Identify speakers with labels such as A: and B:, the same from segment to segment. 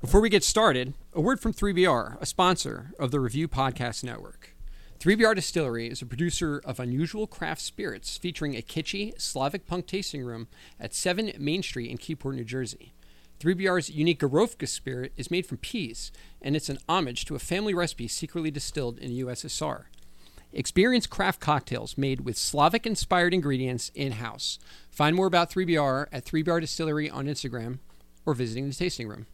A: Before we get started, a word from 3BR, a sponsor of the Review Podcast Network. 3BR Distillery is a producer of unusual craft spirits featuring a kitschy Slavic punk tasting room at 7 Main Street in Keyport, New Jersey. 3BR's unique Gorovka spirit is made from peas, and it's an homage to a family recipe secretly distilled in the USSR. Experience craft cocktails made with Slavic inspired ingredients in house. Find more about 3BR at 3BR Distillery on Instagram or visiting the tasting room.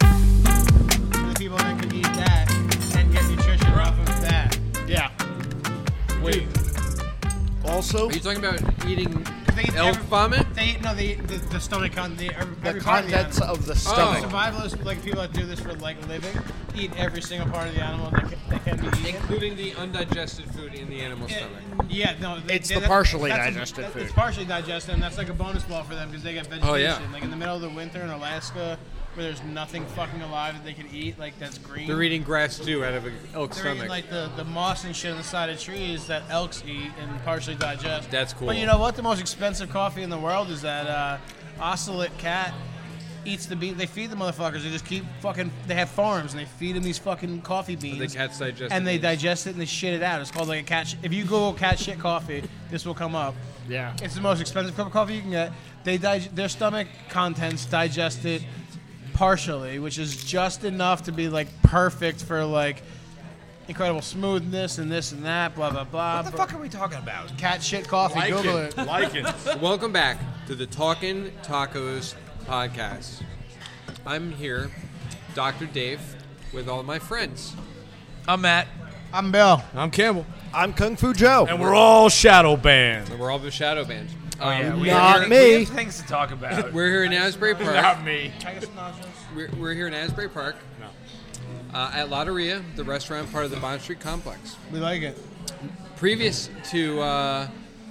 B: for the people that could eat that and get nutrition off of that.
C: Yeah. Wait. Also,
A: Are you talking about eating
B: They eat
A: elk
B: every-
A: vomit?
B: They eat, no, they eat the, the stomach on the every,
C: the
B: every part of the
C: contents
B: animal.
C: of the stomach.
B: Survivalists, like people that do this for like a living, eat every single part of the animal that can, that can be eaten.
D: Including the undigested food in the animal
B: Yeah,
D: stomach.
B: Yeah, no. They,
C: It's
B: they-
C: the
B: that-
C: partially
B: that's a-
C: digested
B: that- It's
C: food.
B: partially digested, and that's like a bonus ball for them because they get vegetation.
D: Oh, yeah.
B: Like in the middle of the winter in Alaska, where there's nothing fucking alive that they can eat, like that's green.
D: They're eating grass too out of an elk
B: They're eating
D: stomach.
B: like the, the moss and shit on the side of trees that elks eat and partially digest.
D: That's cool.
B: But you know what? The most expensive coffee in the world is that uh, oscillate cat eats the bean. They feed the motherfuckers. They just keep fucking. They have farms and they feed them these fucking coffee beans.
D: the cats digest
B: And
D: the
B: they
D: beans.
B: digest it and they shit it out. It's called like a cat. Sh- if you Google cat shit coffee, this will come up.
C: Yeah.
B: It's the most expensive cup of coffee you can get. They dig- their stomach contents digest it partially, which is just enough to be like perfect for like incredible smoothness and this and that, blah blah blah.
E: What the fuck are we talking about?
B: Cat shit coffee. Google it.
E: Lichens.
D: Welcome back to the Talkin' Tacos podcast. I'm here, Dr. Dave, with all my friends.
E: I'm Matt.
B: I'm Bill.
C: I'm Campbell. I'm Kung Fu Joe. And we're all
D: And we're all the shadow band. Oh,
E: yeah,
D: we're,
E: we-
C: not
D: Here,
C: me.
E: things to talk about.
D: we're here in Asbury Park.
E: me.
D: We're, we're here in Asbury Park. Uh, at Lotteria, the restaurant part of the Bond Street complex.
B: We like it.
D: previous to uh,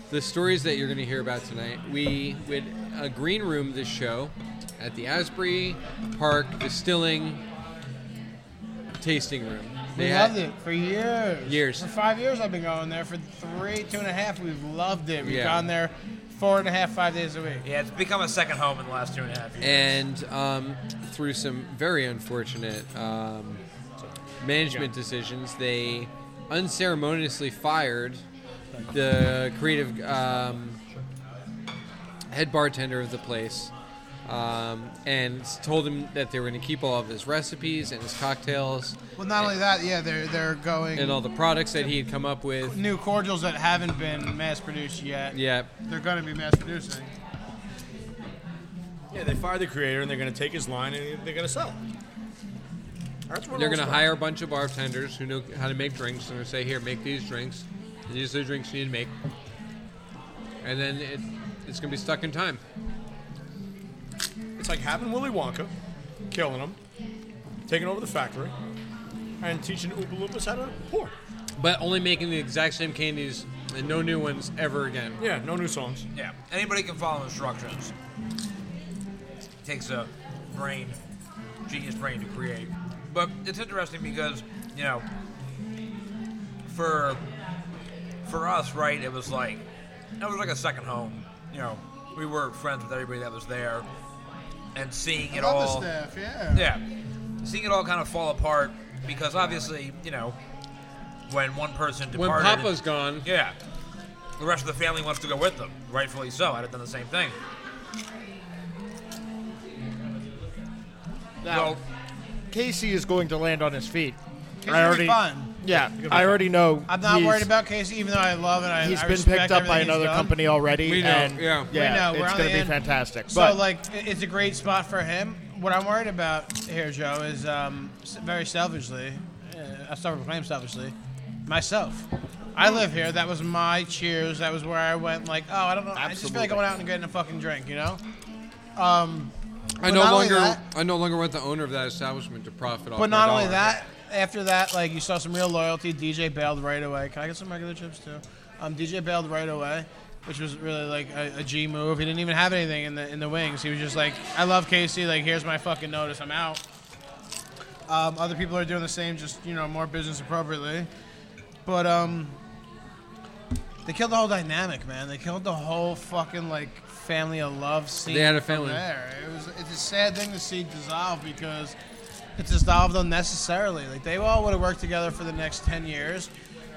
D: the stories that you're going to hear about tonight, we would a green room this show at the Asbury Park Distilling Tasting Room.
B: We
D: had-
B: loved it for years.
D: Years.
B: For five years I've been going there. For three, two and a half, we've loved it. We've
D: Yeah.
B: gone there four and a half, five days a week.
E: Yeah, it's become a second home in the last two and a half years.
D: and um, through some very unfortunate um, management decisions, they unceremoniously fired the creative um, head bartender of the place um, and told him that they were going to keep all of his recipes and his cocktails
B: Well, not only that, yeah, they're they're going
D: and all the products that he had come up with.
B: new cordials that haven't been mass produced yet.
D: Yeah,
B: They're gonna be mass producing.
F: Yeah, they fire the creator and they're going to take his line and they're going to sell. it. That's what
D: they're
F: it
D: going to
F: was.
D: hire a bunch of bartenders who know how to make drinks and they say, "Here, make these drinks. And these are the drinks you need to make." And then it, it's going to be stuck in time.
F: It's like having Willy Wonka, killing him, taking over the factory, and teaching Oompa Loompas how to pour.
D: But only making the exact same candies and no new ones ever again.
F: Yeah, no new songs.
E: yeah, anybody can follow instructions. takes a brain, genius brain to create. But it's interesting because, you know, for for us, right, it was like it was like a second home. You know, we were friends with everybody that was there and seeing it all.
B: staff, yeah.
E: Yeah. Seeing it all kind of fall apart because obviously, you know, when one person
D: When
E: departed,
D: Papa's gone,
E: yeah, the rest of the family wants to go with them. Rightfully so. I'd have done the same thing.
C: Now,
E: So,
C: Casey is going to land on his feet.
B: Casey's gonna be fun.
C: Yeah, I already know.
B: I'm not
C: he's-
B: worried about Casey, even though I love it. I,
C: He's
B: I
C: been
B: respect
C: picked up
B: everything
C: by
B: he's
C: another
B: done.
C: company already.
D: We know,
C: and
D: yeah. We
C: yeah,
B: know, we're
C: it's
B: on
C: going
B: the
C: to be
B: end.
C: fantastic.
B: So,
C: but
B: like, i- it's a great spot for him. What I'm worried about here, Joe, is um, s- very selfishly, uh, I self-proclaim selfishly, myself. I live here. That was my Cheers. That was where I went. Like, oh, I don't know. I just feel like going out and getting a fucking drink, you know.
D: I
B: But
D: no
B: not only
D: longer
B: that-
D: I no longer want the owner of that establishment to profit off.
B: But
D: my
B: not only
D: dollar.
B: that, after that, like you saw some real loyalty. DJ bailed right away. Can I get some regular chips too? Um, DJ bailed right away, which was really like a, a G move. He didn't even have anything in the in the wings. He was just like, "I love Casey. Like, here's my fucking notice. I'm out." Um, other people are doing the same, just you know, more business appropriately. But um, they killed the whole dynamic, man. They killed the whole fucking like family of love scene.
D: They had a
B: from
D: family.
B: There, it was. It's a sad thing to see dissolve because it dissolved unnecessarily. Like they all would have worked together for the next ten years,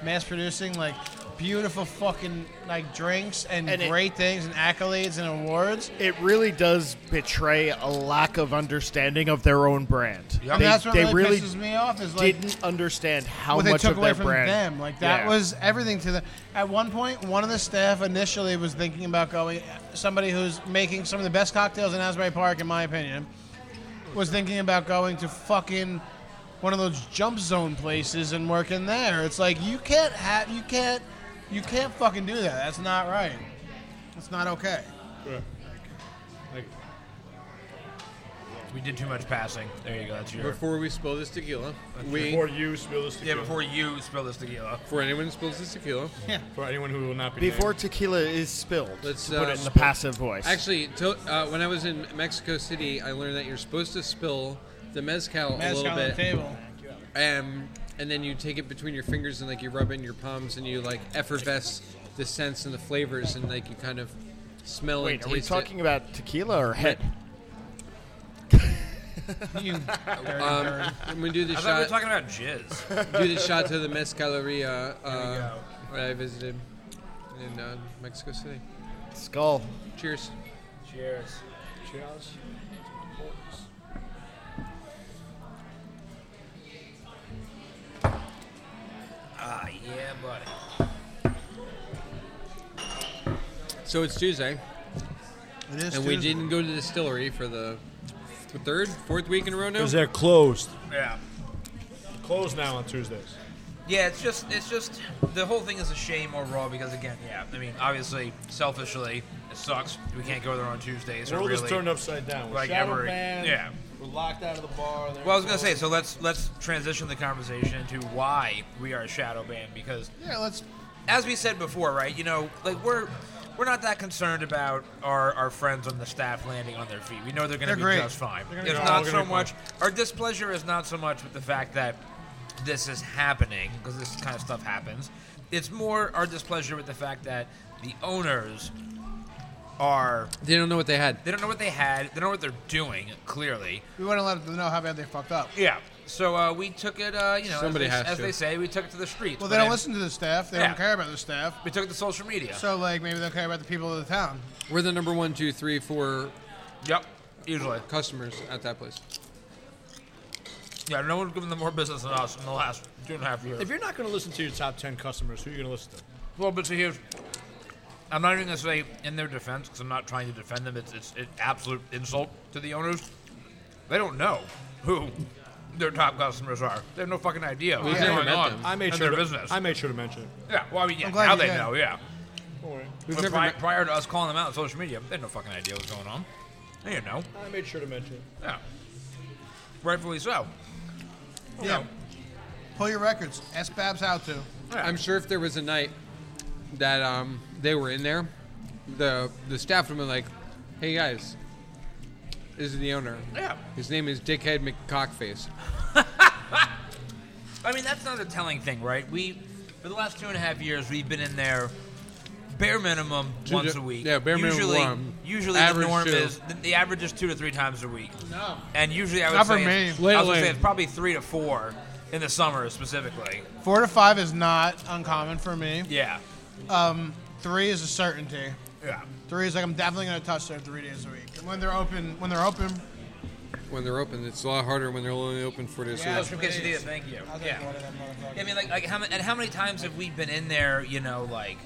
B: mass producing like beautiful fucking like drinks and,
C: And it-
B: great things and accolades and awards.
C: It really does betray a lack of understanding of their own brand.
B: I mean,
C: They,
B: that's what
C: they
B: really,
C: really
B: pisses me off is like
C: didn't understand how
B: what they
C: much
B: took
C: of
B: away
C: their
B: from
C: brand.
B: them. Like that
C: Yeah.
B: was everything to them. At one point, one of the staff initially was thinking about going. Somebody who's making some of the best cocktails in Asbury Park, in my opinion, was thinking about going to fucking one of those jump zone places and working there. It's like you can't have you can't you can't fucking do that. That's not right. That's not okay.
E: We did too much passing. There you go. That's your.
D: Before we spill this tequila, we
F: Before you spill this
E: yeah,
F: tequila.
E: before you spill this tequila.
D: before anyone spills this tequila,
F: For anyone who will not be
C: Before tequila is spilled,
D: Let's,
C: to put
D: uh,
C: it in the passive voice.
D: actually, to, uh, when I was in Mexico City, I learned that you're supposed to spill the mezcal,
B: Mask
D: a little
B: on
D: bit,
B: the table.
D: Um, and then you take it between your fingers and like you rub it in your palms and you like effervesce the scents and the flavors and like you kind of smell and
C: Wait, are
D: taste
C: we talking about tequila or head?
B: You dirty
D: Uh,
B: bird.
D: it. I'm gonna Um, do the
E: I thought we were
D: shot.
E: talking about jizz.
D: do the shot to the mezcaleria uh,
E: go.
D: that I visited in uh, Mexico City.
C: Skull.
D: Cheers.
E: Cheers. Ah, yeah, buddy.
D: So it's Tuesday,
B: It is
D: and we
B: Tuesday.
D: didn't go to the distillery for the third, fourth week in a row now.
F: Because they're closed.
E: Yeah.
F: Closed now on Tuesdays.
E: Yeah, it's just it's just the whole thing is a shame overall because again, yeah, I mean, obviously, selfishly, it sucks. We can't go there on Tuesdays.
F: The
E: or
F: world
E: really,
F: is turned upside down. We're
E: like
F: shadow
E: ever-
F: banned.
E: yeah.
F: We're locked out of the bar.
E: Well, I was gonna say, so let's let's transition the conversation to why we are a shadow band because
B: Yeah, let's
E: as we said before, right? You know, like we're we're not that concerned about our, our friends on the staff landing on their feet. We know they're going
B: They're
E: to be
B: great.
E: just fine.
F: They're gonna
E: It's
F: be-
E: not
F: they're
E: so
F: gonna be
E: much our displeasure is not so much with the fact that this is happening because this kind of stuff happens. It's more our displeasure with the fact that the owners are
D: They don't know what they had.
E: they don't know what they had. They don't know what they're doing. Clearly,
B: we want to let them know how bad they fucked up.
E: yeah. So uh, we took it. Uh, you know,
D: Somebody
E: as, they,
D: has
E: as
D: to.
E: they say, we took it to the streets.
B: Well,
E: but
B: they don't
E: I-
B: listen to the staff. They
E: Yeah.
B: don't care about the staff.
E: We took it to social media.
B: So, like, maybe they'll care about the people of the town.
D: We're the number one, two, three, four
E: yep. Usually.
D: customers at that place.
E: Yeah, no one's given them more business than us in the last two and a half years.
F: If you're not going to listen to your top 10 customers, who are you going to listen to?
E: Well, but see, here's. I'm not even going to say in their defense, because I'm not trying to defend them. It's, it's an absolute insult to the owners. They don't know who their top customers are. They have no fucking idea what's
D: never
E: going
D: met
E: on
D: them.
F: I made
E: in
F: sure to,
E: their business.
F: I made sure to mention it.
E: yeah, well, I mean, yeah,
B: I'm glad
E: now
B: you
E: they
B: did.
E: know, yeah.
F: Don't worry.
D: We've
E: But
D: never
E: pri-
D: met-
E: prior to us calling them out on social media, they had no fucking idea what's going on. They didn't know.
F: I made sure to mention it.
E: Yeah. Rightfully so.
B: Yeah. Pull your records. Ask Babs how to.
D: I'm sure if there was a night that um, they were in there, the the staff would have been like, "Hey guys, this is the owner.
E: Yeah.
D: His name is Dickhead McCockface."
E: I mean, that's not a telling thing, right? We, for the last two and a half years, we've been in there bare minimum
D: Two
E: once
D: to-
E: a week.
D: yeah, bare minimum
E: usually,
D: one.
E: Usually
D: Average
E: the norm
D: two.
E: is the, the average is two to three times a week.
B: No.
E: And usually I would
B: Not for
E: say it's-
D: me.
E: I was gonna
D: Lately.
E: say it's probably three to four in the summer specifically.
B: Four to five is not uncommon for me.
E: Yeah,
B: Three is a certainty.
E: yeah.
B: Three is like I'm definitely gonna touch there three days a week. And when they're open, when they're open,
D: When they're open, it's a lot harder when they're only open four days. a
B: Yeah.
D: week.
E: Those from quesadillas, thank you.
B: I'll take
E: Yeah.
B: one of them motherfuckers.
E: I mean, like, like how many, and how many times have we been in there? You know, like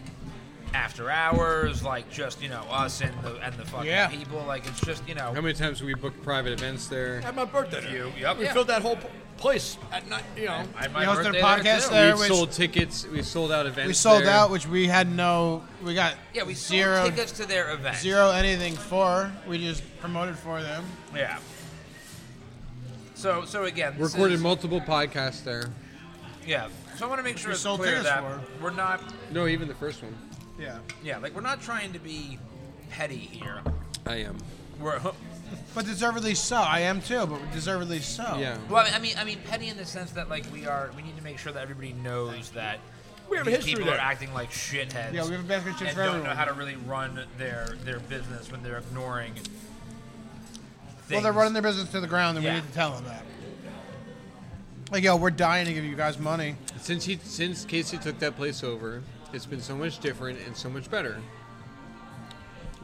E: after hours, like just you know us and the and the fucking
B: Yeah.
E: people. Like it's just you know
D: How many times have we booked private events there?
F: At my birthday.
E: you.
F: dinner.
E: Yep.
F: We filled that whole p- place at night, you know.
E: I
B: We
E: had my
B: hosted a
E: birthday
B: podcast
E: too.
B: there.
D: We
B: which-
D: sold tickets. We sold out events.
B: we sold
D: there.
B: out, which we had no, we got
E: Yeah, we sold
B: zero,
E: tickets to their event.
B: zero anything for. We just promoted for them.
E: Yeah. So so again, this
D: Recorded
E: is-
D: multiple podcasts there.
E: Yeah. So I want to make sure
B: We
E: it's
B: sold
E: clear
B: tickets
E: that
B: for.
E: we're not.
D: No, even the first one.
B: Yeah.
E: Yeah, like we're not trying to be petty here.
D: I am.
E: We're
B: But deservedly so. I am too, but deservedly so.
D: Yeah.
E: Well, I mean, I mean, petty in the sense that like we are, we need to make sure that everybody knows that
F: We have a
E: these
F: history
E: people
F: there.
E: are acting like shitheads.
B: Yeah, we have a basket of chips
E: and
B: for
E: don't know
B: everyone.
E: how to really run their their business when they're ignoring.
B: Well,
E: Things.
B: they're running their business to the ground, and
E: Yeah.
B: we need to tell them that. Like, yo, we're dying to give you guys money.
D: Since he since Casey took that place over, it's been so much different and so much better.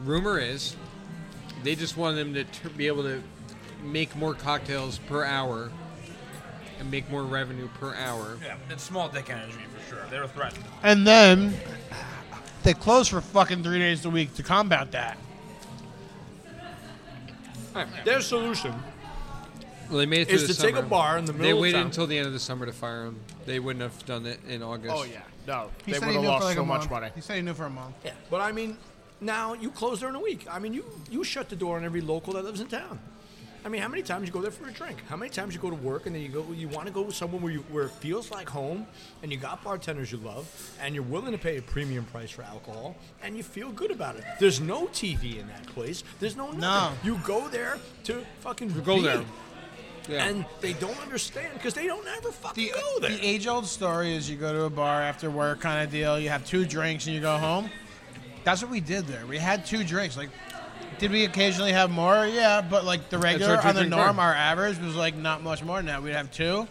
D: Rumor is, they just want them to tur be able to make more cocktails per hour and make more revenue per hour.
E: Yeah, it's small dick energy for sure. They're threatened.
B: And then they close for fucking three days a week to combat that.
F: Alright, Their solution
D: Well, they made it through
F: is
D: the
F: to take a
D: summer.
F: bar in the
D: They
F: middle of
D: waited
F: town.
D: until the end of the summer to fire him. They wouldn't have done it in August.
C: Oh yeah, no,
B: He
C: they
B: said
C: would
B: he
C: have
B: knew
C: lost
B: for like
C: so
B: a
C: much
B: month.
C: money.
B: He said he knew for a month.
F: Yeah, but I mean, now you close there in a week. I mean, you you shut the door on every local that lives in town. I mean, how many times you go there for a drink? How many times you go to work and then you go you want to go with someone where you where it feels like home and you got bartenders you love and you're willing to pay a premium price for alcohol and you feel good about it. There's no TV in that place. There's no nothing.
B: No.
F: You go there to fucking
D: go
F: be.
D: there. Yeah.
F: And they don't understand because they don't ever fucking
B: The,
F: go there.
B: the age old story is you go to a bar after work kind of deal, you have two drinks and you go home. That's what we did there. We had two drinks. Like, did we occasionally have more? Yeah, but like the regular,
D: our
B: on the
D: two-drink
B: norm,
D: bar.
B: our average was like not much more than that. We'd have two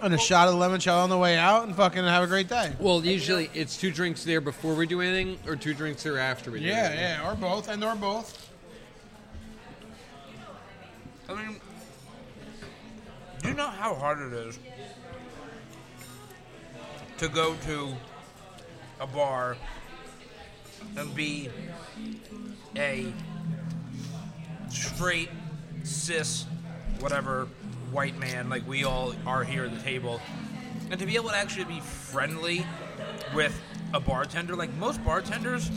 B: and a shot of limoncello on the way out and fucking have a great day.
D: well, usually it's two drinks there before we do anything, or two drinks there after we do.
B: Yeah,
D: anything.
B: yeah, or both, and or both.
E: I mean, do you know how hard it is to go to a bar and be a straight, cis, whatever, white man like we all are here at the table, and to be able to actually be friendly with a bartender? Like most bartenders,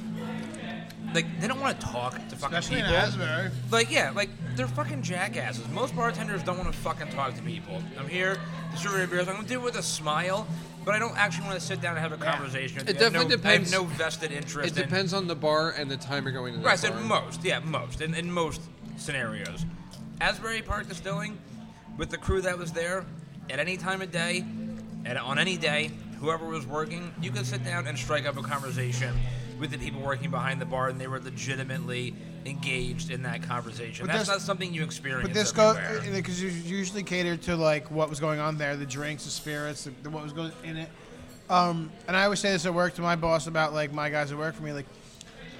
E: like they don't want to talk to fucking
B: Especially in
E: people.
B: Asbury.
E: Like, yeah, like, they're fucking jackasses. Most bartenders don't want to fucking talk to people. I'm here to serve you beers. I'm going to do it with a smile, but I don't actually want to sit down and have a conversation. with
D: It
E: you. I have
D: definitely
E: no- I have
D: depends-
E: no vested interest
D: It
E: in
D: depends on the bar and the time you're going to. the
E: Right, I said
D: bar.
E: most. Yeah, most. In, in most scenarios. Asbury Park Distilling, with the crew that was there, at any time of day, at, on any day, whoever was working, you could sit down and strike up a conversation with the people working behind the bar, and they were legitimately engaged in that conversation.
B: But
E: That's
B: this-
E: not something you experience
B: But this goes
E: everywhere.
B: because you usually catered to like what was going on there, the drinks, the spirits, the, the- what was going in it. Um, and I always say this at work to my boss about like my guys that work for me, like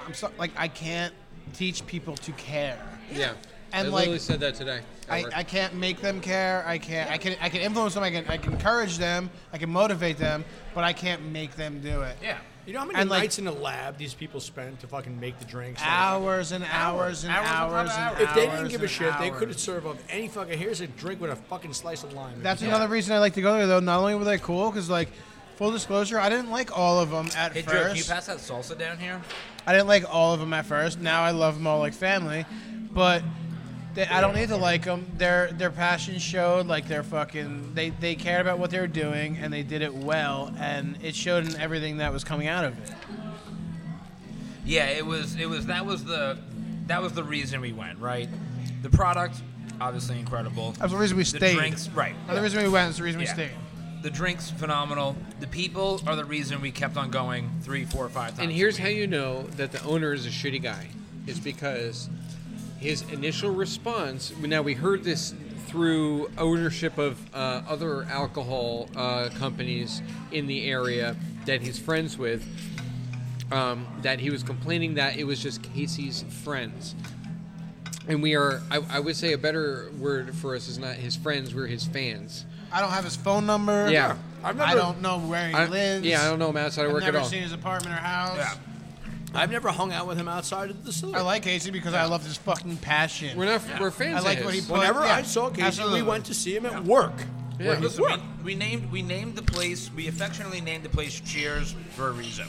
B: I'm so, like I can't teach people to care.
D: Yeah.
B: And,
D: I
B: like,
D: literally said that today. at
B: I,
D: work.
B: I can't make them care. I can't. I can. I can influence them. I can. I can encourage them. I can motivate them. But I can't make them do it.
E: yeah.
F: you know how many
B: and, like-
F: nights in the lab these people spend to fucking make the drinks?
B: Hours and hours and
E: Hours on top of
B: hours and
E: hours.
B: hours.
F: If they didn't give a
B: and
F: shit, they
B: hours.
F: could have served up any fucking. Here's a drink with a fucking slice of lime.
B: That's another reason I like to go there, though. Not only were they cool, because like full disclosure, I didn't like all of them at
E: Hey, Joe, can you
B: first.
E: pass that salsa down here?
B: I didn't like all of them at first. Now I love them all like family, but they, I don't need to like them. Their their passion showed, like their fucking they they cared about what they were doing and they did it well, and it showed in everything that was coming out of it.
E: Yeah, it was. It was. That was the. That was the reason we went. Right. The product, obviously incredible.
B: That's the reason we
E: The
B: stayed.
E: drinks, right.
B: That's the reason we went. That's the reason we
E: Yeah.
B: stayed.
E: The drinks phenomenal. The people are the reason we kept on going three, four, five times.
D: And
E: a
D: here's
E: week.
D: how you know that the owner is a shitty guy, is because his initial response. Now we heard this through ownership of uh, other alcohol uh, companies in the area that he's friends with. Um, that he was complaining that it was just Casey's friends, and we are. I, I would say a better word for us is not his friends. We're his fans.
B: I don't have his phone number.
D: Yeah.
F: I've
B: I
F: never,
B: don't know where he
D: I-
B: lives.
D: yeah, I don't know him outside of
B: I've
D: work
B: never
D: at all.
B: seen his apartment or house.
E: Yeah.
F: I've never hung out with him outside of the facility.
B: I like Casey because I love his fucking passion.
D: We're not. We're fans.
B: I
D: of
B: like what
D: his.
B: he put-
F: Whenever
B: yeah,
F: I saw Casey,
B: absolutely.
F: we went to see him at work.
D: Yeah.
E: Listen, we, we named we named the place. We affectionately named the place Cheers for a reason.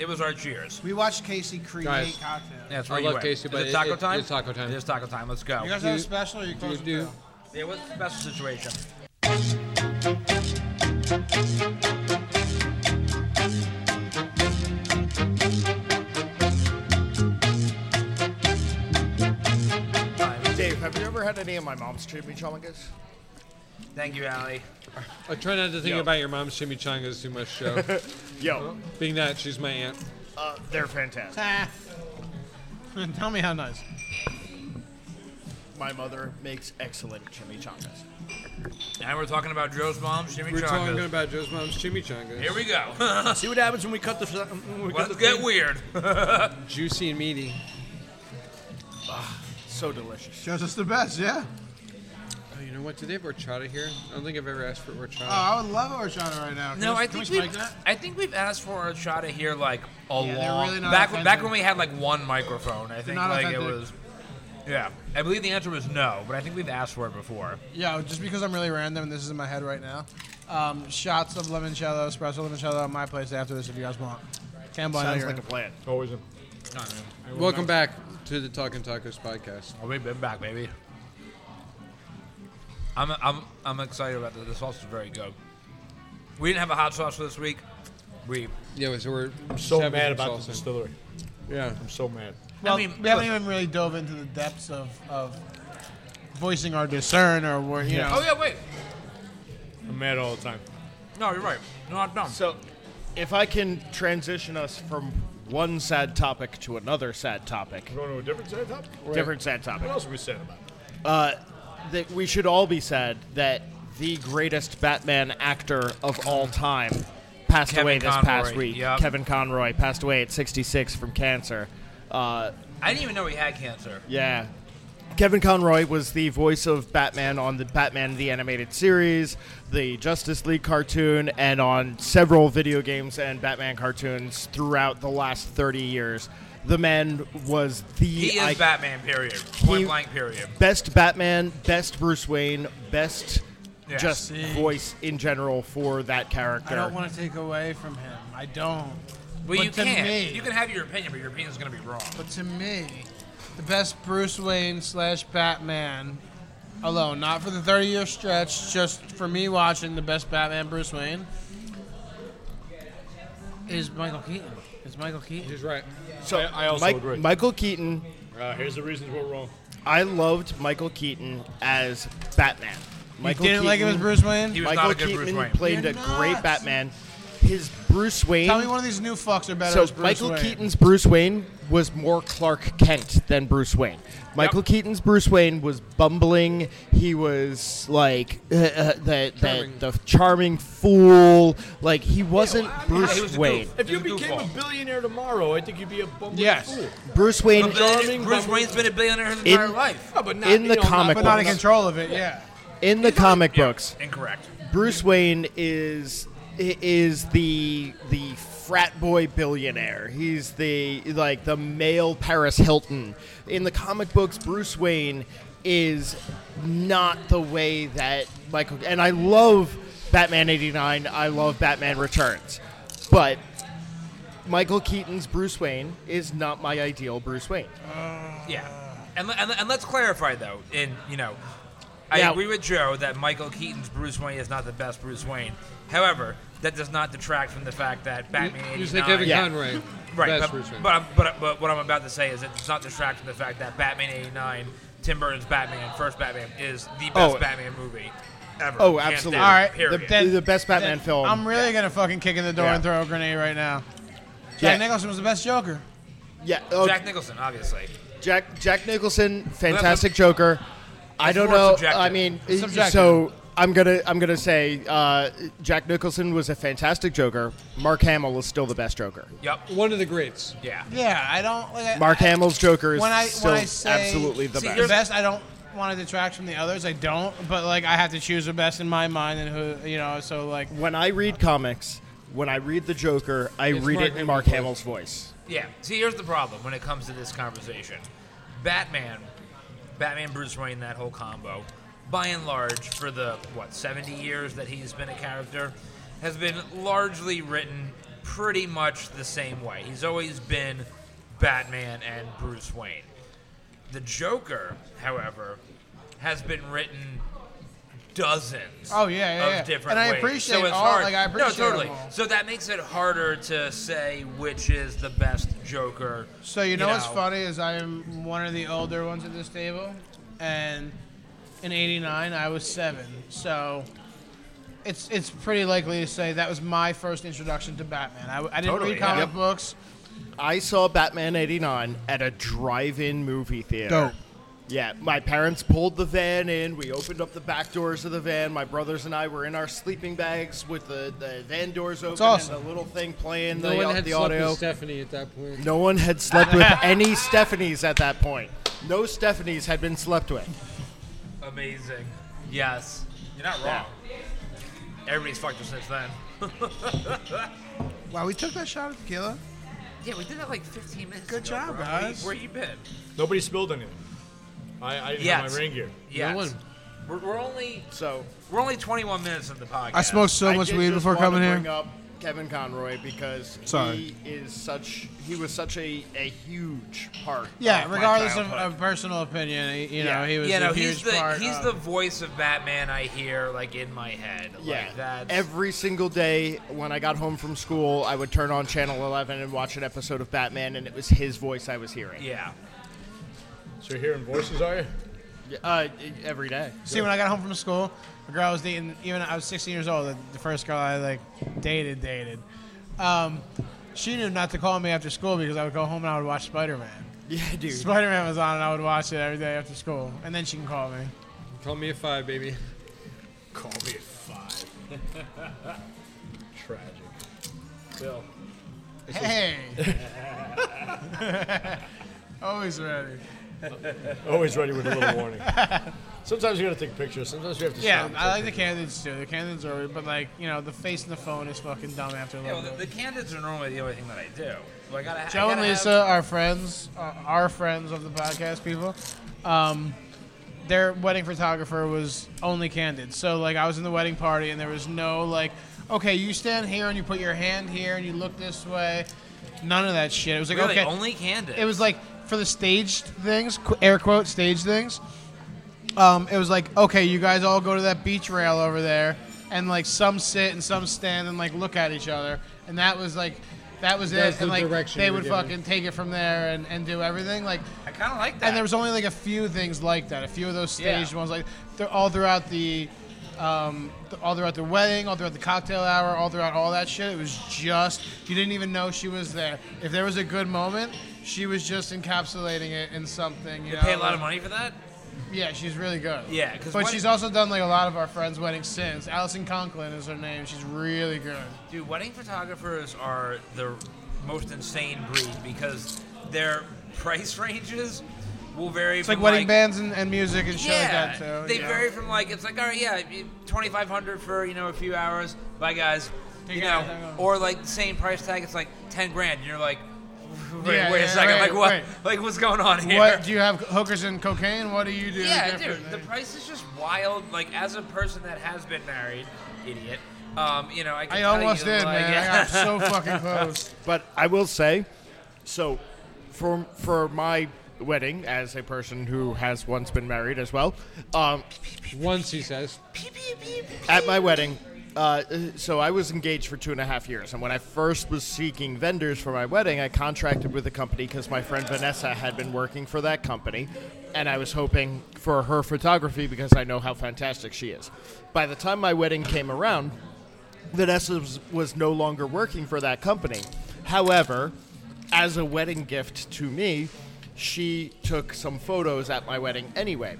E: It was our Cheers.
B: We watched Casey create
D: Guys.
B: cocktails.
E: That's
D: I
E: where you
D: love
E: went.
D: Casey,
E: Is
D: but
E: it
D: it-
E: taco
D: it-
E: time.
D: it's taco time.
E: It is taco time. Let's go.
B: You guys have a
D: You-
B: special or you
D: You
B: close it
D: do.
B: down?
E: Yeah, what's the special situation?
C: ever had any of my mom's chimichangas?
E: Thank you, Allie.
G: I try not to think
C: Yo.
G: about your mom's chimichangas too much, Joe.
C: Yo,
G: Being that she's my aunt.
C: uh, they're fantastic.
B: Ah. Tell me how nice.
C: My mother makes excellent chimichangas.
E: And we're talking about Joe's mom, Jimmy
G: We're
E: Chongas.
G: talking about Joe's mom's chimichangas.
E: Here we go.
H: See what happens when we cut the. When we cut
E: Let's
H: the
E: get
H: thing?
E: weird.
G: Juicy and meaty.
C: So delicious.
B: Shows us the best, yeah.
G: Oh, you know what? Do they have horchata here? I don't think I've ever asked for horchata.
B: Oh, I would love horchata right now. Can
E: No,
B: we-
E: I
B: can we
E: think
B: spike
E: we've
B: that?
E: I think we've asked for a shot of here like a
B: they're
E: long
B: really not
E: back when, back
B: offensive.
E: when we had like one microphone. I think
B: not
E: like it
B: authentic.
E: was. Yeah, I believe the answer was no, but I think we've asked for it before.
B: Yo, just because I'm really random and this is in my head right now, um, shots of limoncello, espresso limoncello at my place after this if you guys want. Campbell, I know
C: Sounds
B: you're
C: like a
B: in.
C: plan.
E: Always.
G: Welcome back to the Talking Tacos podcast.
E: Oh, we've been back, baby. I'm I'm I'm excited about this. The sauce is very good. We didn't have a hot sauce this week. We
G: Yeah, so we're I'm
F: so mad about the distillery.
G: Yeah,
F: I'm so mad.
B: Well,
E: I mean,
B: we haven't
E: look-
B: even really dove into the depths of, of voicing our discern or where you know.
E: oh yeah wait
F: I'm mad all the time.
E: no you're right no I'm dumb.
C: So, if I can transition us from one sad topic to another sad topic,
F: We're going to a different side topic.
C: different sad topic,
F: What else are we saying about? it?
C: uh, that we should all be sad that the greatest Batman actor of all time passed
E: Kevin
C: away this past
E: Conroy,
C: week.
E: yep.
C: Kevin Conroy passed away at 66 from cancer. Uh,
E: I didn't even know he had cancer.
C: Yeah. Kevin Conroy was the voice of Batman on the Batman the Animated Series, the Justice League cartoon, and on several video games and Batman cartoons throughout the last 30 years. The man was the
E: He is
C: icon-
E: Batman. Period. Point
C: He-
E: blank. Period.
C: best Batman, best Bruce Wayne, best
E: Yeah.
C: just
B: See.
C: voice in general for that
B: I
C: character.
B: don't want to take away from him. I don't.
E: Well,
B: But
E: you
B: to
E: can.
B: me-
E: You can have your opinion, but your opinion's going to be wrong.
B: But to me, the best Bruce Wayne slash Batman alone, not for the 30 year stretch, just for me watching the best Batman Bruce Wayne is Michael Keaton. Is Michael Keaton.
G: he's right.
C: so
F: I- I also
C: Mike-
F: agree.
C: Michael Keaton,
F: Uh, here's the reasons we're wrong.
C: I loved Michael Keaton as Batman. Michael
B: you didn't like him as
C: Keaton-
B: Bruce Wayne?
E: He was
C: Michael
E: not a good
C: Keaton
E: Bruce Wayne.
C: played
B: You're
C: a great
B: nuts.
C: Batman. His Bruce Wayne.
B: Tell me one of these new fucks are better
C: so
B: as Bruce
C: Michael
B: Wayne.
C: Keaton's Bruce Wayne was more Clark Kent than Bruce Wayne. Michael Keaton's Bruce Wayne was bumbling. He was like uh, uh, the,
G: Charming.
C: the the charming fool. Like he wasn't
H: I mean,
C: Bruce
E: he was a
C: Wayne.
E: goof.
H: If you
E: He's a
H: became a
E: goofball.
H: billionaire tomorrow, I think you'd be a bumbling
B: Yes.
H: fool.
C: Bruce Wayne
E: But then
H: charming,
E: Bruce
H: but-
E: Wayne's been a billionaire his
C: In-
E: entire life.
H: Yeah, but not,
C: In
H: you
C: the
H: know, not-
C: comic
B: But not in
C: books.
B: control of it, yeah.
C: in the comic
E: Yeah,
C: books.
E: Incorrect.
C: Bruce Wayne is i- is the the frat boy billionaire. He's the like the male Paris Hilton. In the comic books, Bruce Wayne is not the way that Michael and I love Batman 89. I love Batman Returns. But Michael Keaton's Bruce Wayne is not my ideal Bruce Wayne.
E: Yeah. And, le- and, le- and let's clarify though. In you know, I
C: Yeah.
E: agree with Joe that Michael Keaton's Bruce Wayne is not the best Bruce Wayne. However, that does not detract from the fact that Batman.
G: You say
E: 89
G: Kevin
C: Yeah.
G: Conroy.
E: Right,
G: That's
E: but,
G: Bruce Wayne.
E: but, I'm- but, but what I'm about to say is it does not distract from the fact that Batman '89, Tim Burton's Batman, first Batman, is the best
C: Oh.
E: Batman movie ever.
C: Oh,
E: hands
C: absolutely.
E: down,
B: All right, the-
E: period.
B: Then-
C: the best
B: Then
C: Batman film.
B: I'm really gonna fucking kick in the door
C: Yeah.
B: and throw a grenade right now. Jack
C: Yeah.
B: Nicholson was the best Joker.
C: yeah, oh,
E: Jack Nicholson, obviously.
C: Jack Jack Nicholson, fantastic Joker. I don't
E: more
C: know.
E: subjective.
C: I mean,
B: It's subjective.
C: so I'm gonna I'm gonna say uh, Jack Nicholson was a fantastic Joker. Mark Hamill is still the best Joker.
E: Yep.
G: One of the greats.
E: Yeah.
B: Yeah, I don't like. I-
C: Mark Hamill's Joker is
B: When I- when
C: still
B: I say-
C: absolutely the
E: See,
B: the
E: there's-
C: best.
B: best. I don't want to detract from the others. I don't, but like I have to choose the best in my mind and who you know. So like,
C: When I read comics, when I read the Joker, I
G: It's
C: read
G: Mark
C: it in Mark
G: Hamill's
C: Hamill's voice.
E: Yeah. See, here's the problem when it comes to this conversation. Batman, Batman, Bruce Wayne, that whole combo, by and large, for the what 70 years that he's been a character, has been largely written pretty much the same way. He's always been Batman and Bruce Wayne. The Joker, however, has been written dozens.
B: Oh, yeah, yeah,
E: of
B: yeah. And
E: different
B: I
E: ways.
B: appreciate
E: so it's
B: all-
E: hard.
B: like, I appreciate
E: no, totally.
B: them all.
E: So that makes it harder to say which is the best Joker.
B: so you know what's funny is I'm one of the older ones at this table, and in '89. I was seven, so it's it's pretty likely to say that was my first introduction to Batman. I, I didn't
E: Totally,
B: read
E: yeah.
B: comic
E: Yep.
B: books.
C: I saw Batman 89 at a drive-in movie theater.
B: Dope.
C: Yeah, my parents pulled the van in. We opened up the back doors of the van. My brothers and I were in our sleeping bags with the, the van doors open
B: awesome.
C: and the little thing playing
G: No
C: the, uh,
G: one had
C: the
G: slept
C: audio.
G: with Stephanie at that point.
C: no one had slept with any Stephanies at that point. No Stephanies had been slept with.
E: Amazing. Yes. You're not wrong. Everybody's fucked her since then.
B: Wow, we took that shot at tequila.
E: Yeah, we did that like 15 minutes
B: Good
E: ago,
B: job,
E: bro. Where you-
B: guys.
E: Where you been?
F: Nobody spilled anything. I, I didn't have
E: Yes.
F: my rain gear.
E: Yeah.
G: one.
E: We're, we're only
C: So
E: we're only 21 minutes into the podcast.
B: I smoked so
C: I
B: much
C: did
B: weed
C: just
B: before
C: want to
B: coming
C: Bring
B: here.
C: up Kevin Conroy because
B: Sorry.
C: he is such he was such a, a huge part.
B: Yeah,
E: my
B: regardless of,
E: childhood.
B: of personal opinion, he- you know,
C: Yeah.
B: he was
E: Yeah,
B: a
E: no,
B: huge
E: he's the
B: part.
E: he's
B: of-
E: the voice of Batman I hear like in my head.
C: Yeah,
E: like, that's
C: every single day when I got home from school, I would turn on Channel 11 and watch an episode of Batman, and it was his voice I was hearing.
E: yeah.
F: So you're hearing voices, are you?
C: Uh, every day.
B: See, when I got home from school, a girl I was dating, even I was 16 years old, the, the first girl I like dated, dated. Um, she knew not to call me after school because I would go home and I would watch Spider Man.
C: Yeah, dude.
B: Spider Man was on and I would watch it every day after school, and then she can call me.
G: Call me a five, baby.
F: Call me at five. Tragic. Bill.
B: Hey, always ready.
F: Always ready with a little warning. Sometimes you gotta take pictures. Sometimes you have to.
B: Yeah,
F: stop and
B: I like
F: take
B: the candidates too. The candidates are, but like you know, the face and the phone is fucking dumb after a
E: Yeah, well,
B: little
E: the,
B: bit.
E: the candidates are normally the only thing that I do. So I gotta, I
B: Joe and
E: gotta have-
B: Lisa are friends, are are friends of the podcast people. Um, their wedding photographer was only candid. So, like, I was in the wedding party and there was no, like, okay, you stand here and you put your hand here and you look this way. None of that shit. It was like,
E: really
B: okay.
E: only candid.
B: it was like for the staged things, qu- air quote, staged things. Um, it was like, okay, you guys all go to that beach rail over there and, like, some sit and some stand and, like, look at each other. And that was, like, that was
G: That's
B: it.
G: the
B: And, like,
G: direction
B: they
G: you were
B: would
G: given.
B: fucking take it from there and, and do everything. Like,
E: I kind of like that.
B: and there was only like a few things like that. A few of those staged
E: Yeah.
B: ones, like they're all throughout the, um, th- all throughout the wedding, all throughout the cocktail hour, all throughout all that shit. It was just you didn't even know she was there. If there was a good moment, she was just encapsulating it in something. You
E: you
B: know?
E: pay a lot of money for that.
B: Yeah, she's really good.
E: Yeah, 'cause
B: but
E: when-
B: she's also done like a lot of our friends' weddings since. Allison Conklin is her name. She's really good.
E: Dude, wedding photographers are the most insane breed because their price ranges will vary.
B: It's
E: from
B: like wedding bands and, and music and shit
E: Yeah,
B: like that too.
E: they
B: yeah.
E: vary from like it's like all right, yeah, twenty five hundred for you know a few hours. Bye guys, you
B: Take it out,
E: know,
B: hang on.
E: or like the same price tag. It's like ten grand. And you're like, wait,
B: Yeah,
E: wait
B: yeah,
E: a second,
B: right,
E: like what,
B: right.
E: like what's going on here?
B: What do you have hookers and cocaine? What do you do?
E: yeah, dude,
B: differently?
E: the price is just wild. Like as a person that has been married, idiot. Um, you know, I, can
B: I
E: tell
B: almost
E: you,
B: did,
E: like,
B: man. I got so fucking close.
C: But I will say, so for for my wedding, as a person who has once been married as well, um,
G: Once he says.
C: at my wedding. Uh, so I was engaged for two and a half years, and when I first was seeking vendors for my wedding, I contracted with a company because my friend Vanessa had been working for that company, and I was hoping for her photography because I know how fantastic she is. By the time my wedding came around, Vanessa was, was no longer working for that company. However, as a wedding gift to me, she took some photos at my wedding anyway.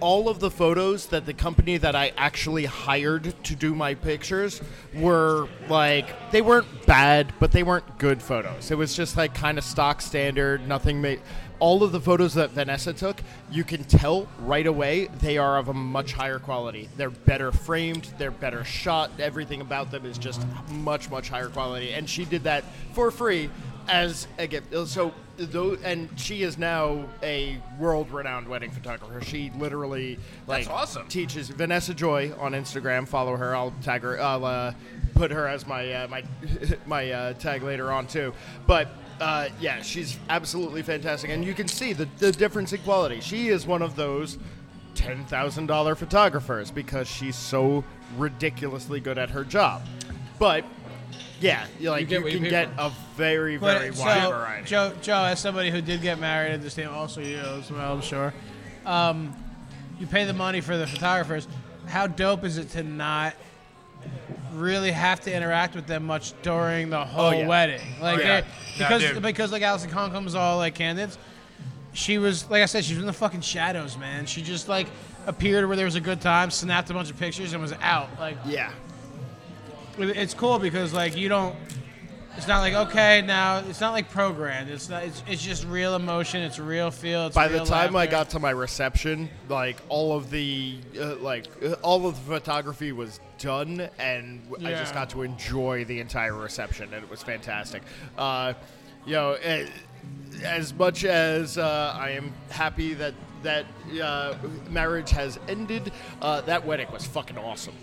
C: All of the photos that the company that I actually hired to do my pictures were like, they weren't bad, but they weren't good photos. It was just like kind of stock standard, nothing made. All of the photos that Vanessa took, you can tell right away they are of a much higher quality. They're better framed, they're better shot, everything about them is just much, much higher quality. And she did that for free as a gift. Uh, So, though, and she is now a world-renowned wedding photographer. She literally like
E: awesome.
C: teaches Vanessa Joy on Instagram. Follow her. I'll tag her. I'll uh, put her as my uh, my my uh, tag later on too. But uh, yeah, she's absolutely fantastic, and you can see the the difference in quality. She is one of those. Ten thousand dollar photographers because she's so ridiculously good at her job, but yeah, you- like
G: get
C: you,
G: what you
C: can
G: pay
C: get
G: for.
C: a very very
B: But
C: wide
B: so,
C: variety.
B: Joe, Joe, as somebody who did get married at this time, also you as well, I'm sure. Um, you pay the money for the photographers. How dope is it to not really have to interact with them much during the whole
C: yeah.
B: wedding? Like
E: Oh, yeah.
B: they-
E: Yeah,
B: because
E: dude.
B: because like Allison Conklin was all like candidates. She was like I said, she was in the fucking shadows, man. She just like appeared where there was a good time, snapped a bunch of pictures, and was out. Like
C: Yeah.
B: it- it's cool because like you don't it's not like okay now it's not like programmed it's not it's, it's just real emotion it's real feel it's
C: By the
B: real
C: time I
B: laughter.
C: got to my reception, like all of the uh, like uh, all of the photography was done, and w- I just
B: Yeah.
C: got to enjoy the entire reception, and it was fantastic. Uh, you know, eh, as much as uh, I am happy that that uh, marriage has ended, uh, that wedding was fucking awesome.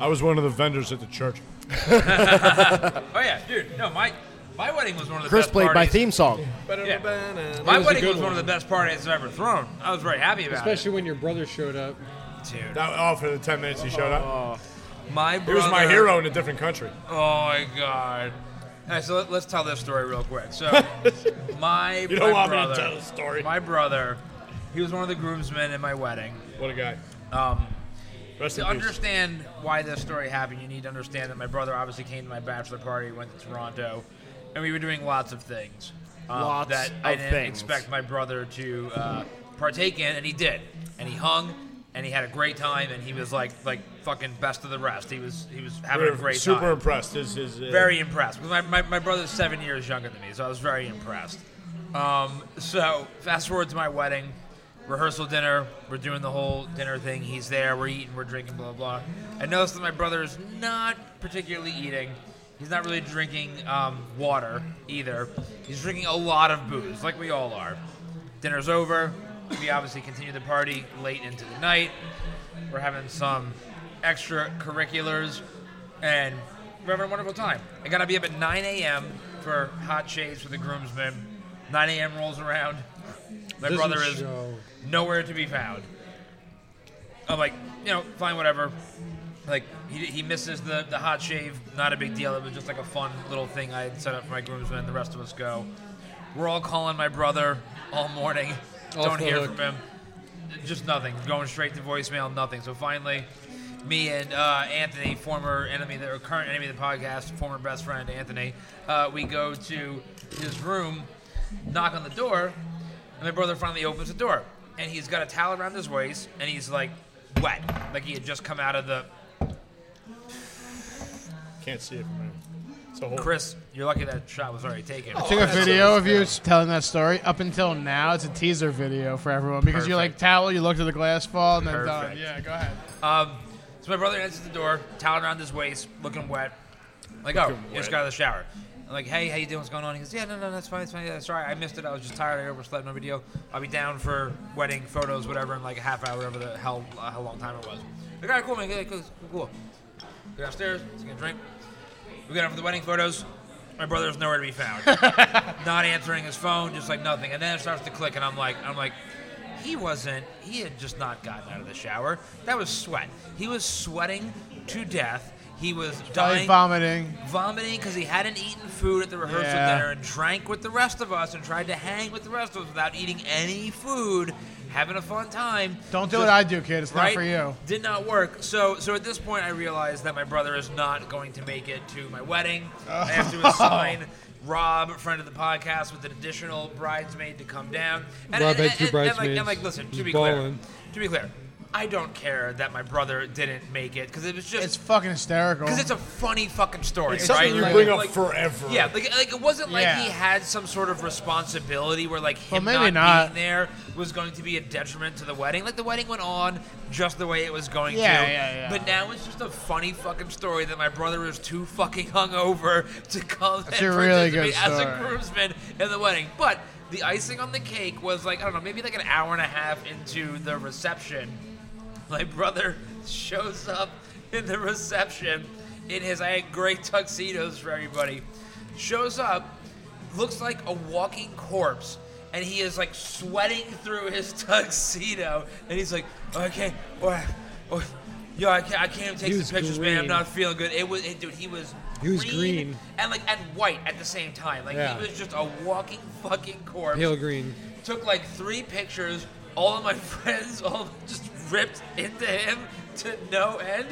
F: I was one of the vendors at the church.
E: Oh yeah, dude. No, my my wedding was one of the
C: Chris
E: best
C: played my
E: parties.
C: theme song.
E: Yeah. My
F: was a
E: wedding
F: good
E: was one
F: one.
E: of the best parties I've ever thrown. I was very happy about
G: Especially when your brother showed up.
E: it, dude.
F: That, oh, for the 10 minutes he showed up.
E: My
F: He was my
E: brother-
F: hero in a different country.
E: Oh my god. All right, so let, us tell this story real quick. So, my
F: You don't
E: my
F: want me to
E: brother,
F: tell the story.
E: My brother, he was one of the groomsmen at my wedding.
F: What a guy.
E: Um,
F: Rest
E: to
F: in peace.
E: understand why this story happened, you need to understand that my brother obviously came to my bachelor party, went to Toronto, and we were doing lots of things um,
C: Lots
E: that I
C: of
E: didn't
C: things.
E: expect my brother to uh, partake in, and he did. And he hung, and he had a great time, and he was like like fucking best of the rest. He was he was having
F: We're
E: a great
F: super
E: time
F: impressed. His, his, uh,
E: very impressed because my, my, my brother's seven years younger than me, so I was very impressed. Um, so fast forward to my wedding, rehearsal dinner. We're doing the whole dinner thing. He's there. We're eating. We're drinking. Blah blah. I noticed that my brother is not particularly eating. He's not really drinking um, water either. He's drinking a lot of booze, like we all are. Dinner's over. We obviously continue the party late into the night. We're having some extracurriculars and we're having a wonderful time. I gotta be up at 9 a.m. for hot shades for the groomsmen. 9 a.m. rolls around. My
G: Doesn't
E: brother is
G: show.
E: nowhere to be found. I'm like, you know, fine, whatever. Like, he, he misses the, the hot shave. Not a big deal. It was just like a fun little thing I had set up for my groomsmen. The rest of us go. We're all calling my brother all morning.
G: Off
E: Don't
G: the
E: hear
G: hook.
E: from him. Just nothing. Going straight to voicemail, nothing. So finally, me and uh, Anthony, former enemy, or current enemy of the podcast, former best friend Anthony, uh, we go to his room, knock on the door, and my brother finally opens the door. And he's got a towel around his waist, and he's like wet. Like he had just come out of the.
F: Can't see it from here. It's a whole.
E: Chris, you're lucky that shot was already taken.
B: I took a video of you telling that story. Up until now, it's a teaser video for everyone because you like
E: Perfect.
B: towel, you look to the glass fall, and then done.
E: Perfect.
B: Yeah, go ahead.
E: Um, so my brother answers the door, towel around his waist, looking wet. I'm like, oh, you just got out of the shower. I'm like, hey, how you doing? What's going on? He goes, yeah, no, no, that's fine, that's fine. Yeah, sorry, I missed it. I was just tired. I overslept. No big deal. I'll be down for wedding photos, whatever, in like a half hour, whatever the hell, uh, how long time it was. Like, all right, cool, man. Yeah, cool, cool. cool. Go downstairs. Let's get a drink. We got up for the wedding photos. My brother's nowhere to be found. Not answering his phone, just like nothing. And then it starts to click, and I'm like, I'm like, he wasn't. He had just not gotten out of the shower. That was sweat. He was sweating to death. He was
B: Probably
E: dying,
B: vomiting.
E: vomiting because he hadn't eaten food at the rehearsal
B: Yeah.
E: dinner and drank with the rest of us and tried to hang with the rest of us without eating any food, having a fun time.
B: Don't do
E: Just-
B: what I do, kid. It's
E: right?
B: not for you.
E: Did not work. So so at this point, I realized that my brother is not going to make it to my wedding. I have
B: Oh.
E: to assign Rob, friend of the podcast, with an additional bridesmaid to come down. And,
G: Rob
E: and,
G: had two
E: and- and, like-
G: bridesmaids.
E: and, like, listen, to
G: He's
E: be clear,
G: ballin'.
E: to be clear, I don't care that my brother didn't make it because it was just
B: It's fucking hysterical.
E: because it's a funny fucking story.
F: It's something
E: right?
F: you
E: Like-
F: bring up
E: like-
F: forever.
E: Yeah, like, like it wasn't like
B: Yeah.
E: he had some sort of responsibility where like him
B: Well, maybe
E: not,
B: not.
E: being there was going to be a detriment to the wedding. Like the wedding went on just the way it was going
B: Yeah,
E: to.
B: yeah, yeah.
E: But now it's just a funny fucking story that my brother is too fucking hungover to come
B: That's
E: and
B: a really good
E: participate as a
B: story.
E: groomsman in the wedding. But the icing on the cake was like I don't know, maybe like an hour and a half into the reception my brother shows up in the reception in his I had great tuxedos for everybody. Shows up, looks like a walking corpse, and he is like sweating through his tuxedo, and he's like, oh, I can't, or, or, yo, I can't, I can't take
G: He
E: some
G: was
E: pictures, man. I'm
G: green.
E: not feeling good. It was, it, dude, he was.
G: He was green.
E: and like and white at the same time. Like
G: Yeah.
E: he was just a walking fucking corpse
G: Pale green.
E: took like three pictures. All of my friends, all just ripped into him to no end.